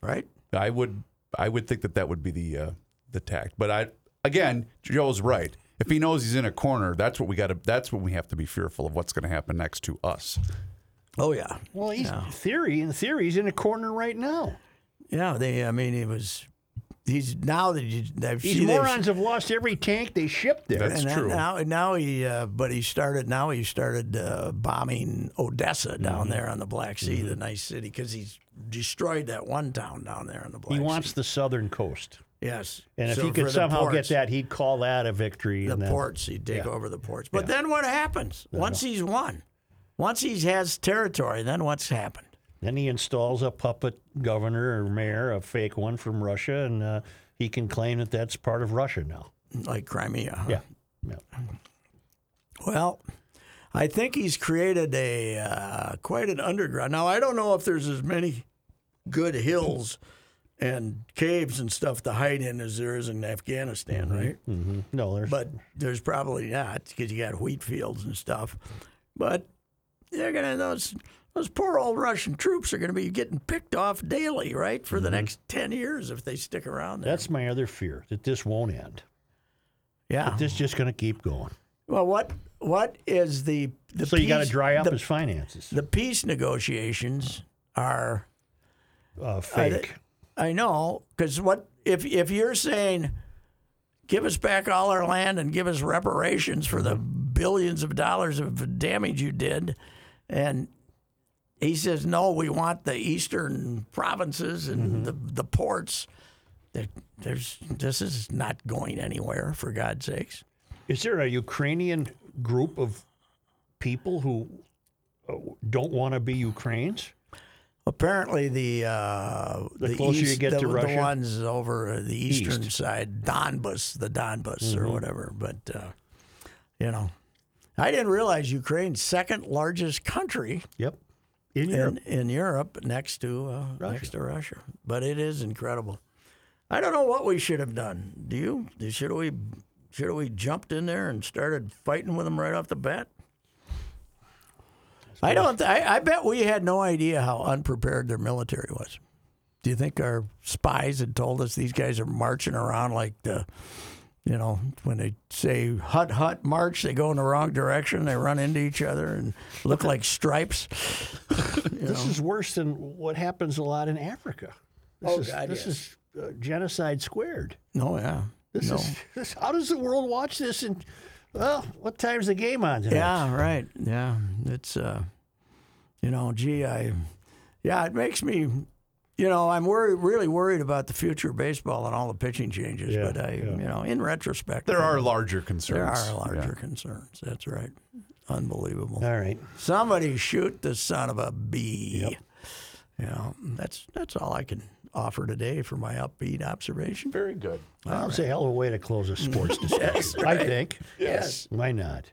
[SPEAKER 2] right?
[SPEAKER 3] I would I would think that that would be the uh, the tact. But I again, Joe's right. If he knows he's in a corner, that's what we got to. That's what we have to be fearful of. What's going to happen next to us?
[SPEAKER 2] Oh yeah,
[SPEAKER 4] Well, he's theory in theory he's in a corner right now.
[SPEAKER 2] Yeah, they. I mean, it was. He's now that you. They've
[SPEAKER 4] These
[SPEAKER 2] see, they've-
[SPEAKER 4] morons have lost every tank they shipped there.
[SPEAKER 3] That's
[SPEAKER 2] and that-
[SPEAKER 3] true.
[SPEAKER 2] Now, now he. Uh, but he started. Now he started uh, bombing Odessa
[SPEAKER 4] Mm-hmm.
[SPEAKER 2] down there on the Black Sea, the nice city, because he's destroyed that one town down there on the Black
[SPEAKER 4] he
[SPEAKER 2] Sea.
[SPEAKER 4] wants the southern coast,
[SPEAKER 2] Yes.
[SPEAKER 4] and if
[SPEAKER 2] So
[SPEAKER 4] he
[SPEAKER 2] for
[SPEAKER 4] could
[SPEAKER 2] the
[SPEAKER 4] somehow
[SPEAKER 2] ports-
[SPEAKER 4] get that, he'd call that a victory.
[SPEAKER 2] the
[SPEAKER 4] and then-
[SPEAKER 2] ports, he'd take over the ports. But then what happens once he's won? Once he has territory, then what's happened?
[SPEAKER 4] Then he installs a puppet governor or mayor, a fake one from Russia, and uh, he can claim that that's part of Russia now.
[SPEAKER 2] Like Crimea. huh?
[SPEAKER 4] Yeah. yeah.
[SPEAKER 2] Well, I think he's created a uh, quite an underground. Now I don't know if there's as many good hills and caves and stuff to hide in as there is in Afghanistan, right?
[SPEAKER 4] hmm No, there's
[SPEAKER 2] But there's probably not because you got wheat fields and stuff. But they're gonna those those poor old Russian troops are gonna be getting picked off daily, right, for the next ten years if they stick around. There.
[SPEAKER 4] Mm-hmm. that's my other fear that this won't end.
[SPEAKER 2] yeah.
[SPEAKER 4] This is just going to keep going.
[SPEAKER 2] Well, what what is the the
[SPEAKER 4] so you got to
[SPEAKER 2] peace-
[SPEAKER 4] dry up
[SPEAKER 2] the
[SPEAKER 4] his finances.
[SPEAKER 2] the peace negotiations are
[SPEAKER 4] Uh, fake.
[SPEAKER 2] I know because what if if you're saying give us back all our land and give us reparations for the billions of dollars of damage you did and he says no we want the eastern provinces
[SPEAKER 4] Mm-hmm.
[SPEAKER 2] and the, the ports there, there's this is not going anywhere for god's sakes
[SPEAKER 4] Is there a Ukrainian group of people who uh, don't want to be Ukrainians?
[SPEAKER 2] Apparently, the uh,
[SPEAKER 4] The closer you get
[SPEAKER 2] the,
[SPEAKER 4] to Russia?
[SPEAKER 2] the ones over the eastern side, Donbas, the Donbas or
[SPEAKER 4] Mm-hmm.
[SPEAKER 2] whatever. But uh, you know, I didn't realize Ukraine's second largest country
[SPEAKER 4] Yep. In
[SPEAKER 2] in,
[SPEAKER 4] Europe.
[SPEAKER 2] in Europe, next to uh, next to Russia. But it is incredible. I don't know what we should have done. Do you? Should we? Should we jumped in there and started fighting with them right off the bat? I don't. Th- I, I bet we had no idea how unprepared their military was. Do you think our spies had told us these guys are marching around like the, you know, when they say hut hut march, they go in the wrong direction, they run into each other and look like stripes.
[SPEAKER 4] This is worse than what happens a lot in Africa. This
[SPEAKER 2] Oh,
[SPEAKER 4] is,
[SPEAKER 2] God,
[SPEAKER 4] this is
[SPEAKER 2] yes.
[SPEAKER 4] uh, genocide squared.
[SPEAKER 2] No, Oh, yeah.
[SPEAKER 4] This
[SPEAKER 2] no.
[SPEAKER 4] is this, how does the world watch this? And well, what time's the game on tonight?
[SPEAKER 2] Yeah, right. Yeah, it's uh, you know, gee, I, yeah, it makes me, you know, I'm worried, really worried about the future of baseball and all the pitching changes.
[SPEAKER 4] Yeah,
[SPEAKER 2] but I,
[SPEAKER 4] yeah.
[SPEAKER 2] you know, in retrospect,
[SPEAKER 3] There
[SPEAKER 2] I-
[SPEAKER 3] are larger concerns.
[SPEAKER 2] there are larger
[SPEAKER 3] Yeah.
[SPEAKER 2] concerns. That's right. Unbelievable.
[SPEAKER 4] All right.
[SPEAKER 2] Somebody shoot the son of a bee. You know, that's that's all I can offer today for my upbeat observation.
[SPEAKER 3] Very good.
[SPEAKER 4] Well, That's a hell of a way to close a sports discussion, I think.
[SPEAKER 2] Yes.
[SPEAKER 4] Why not?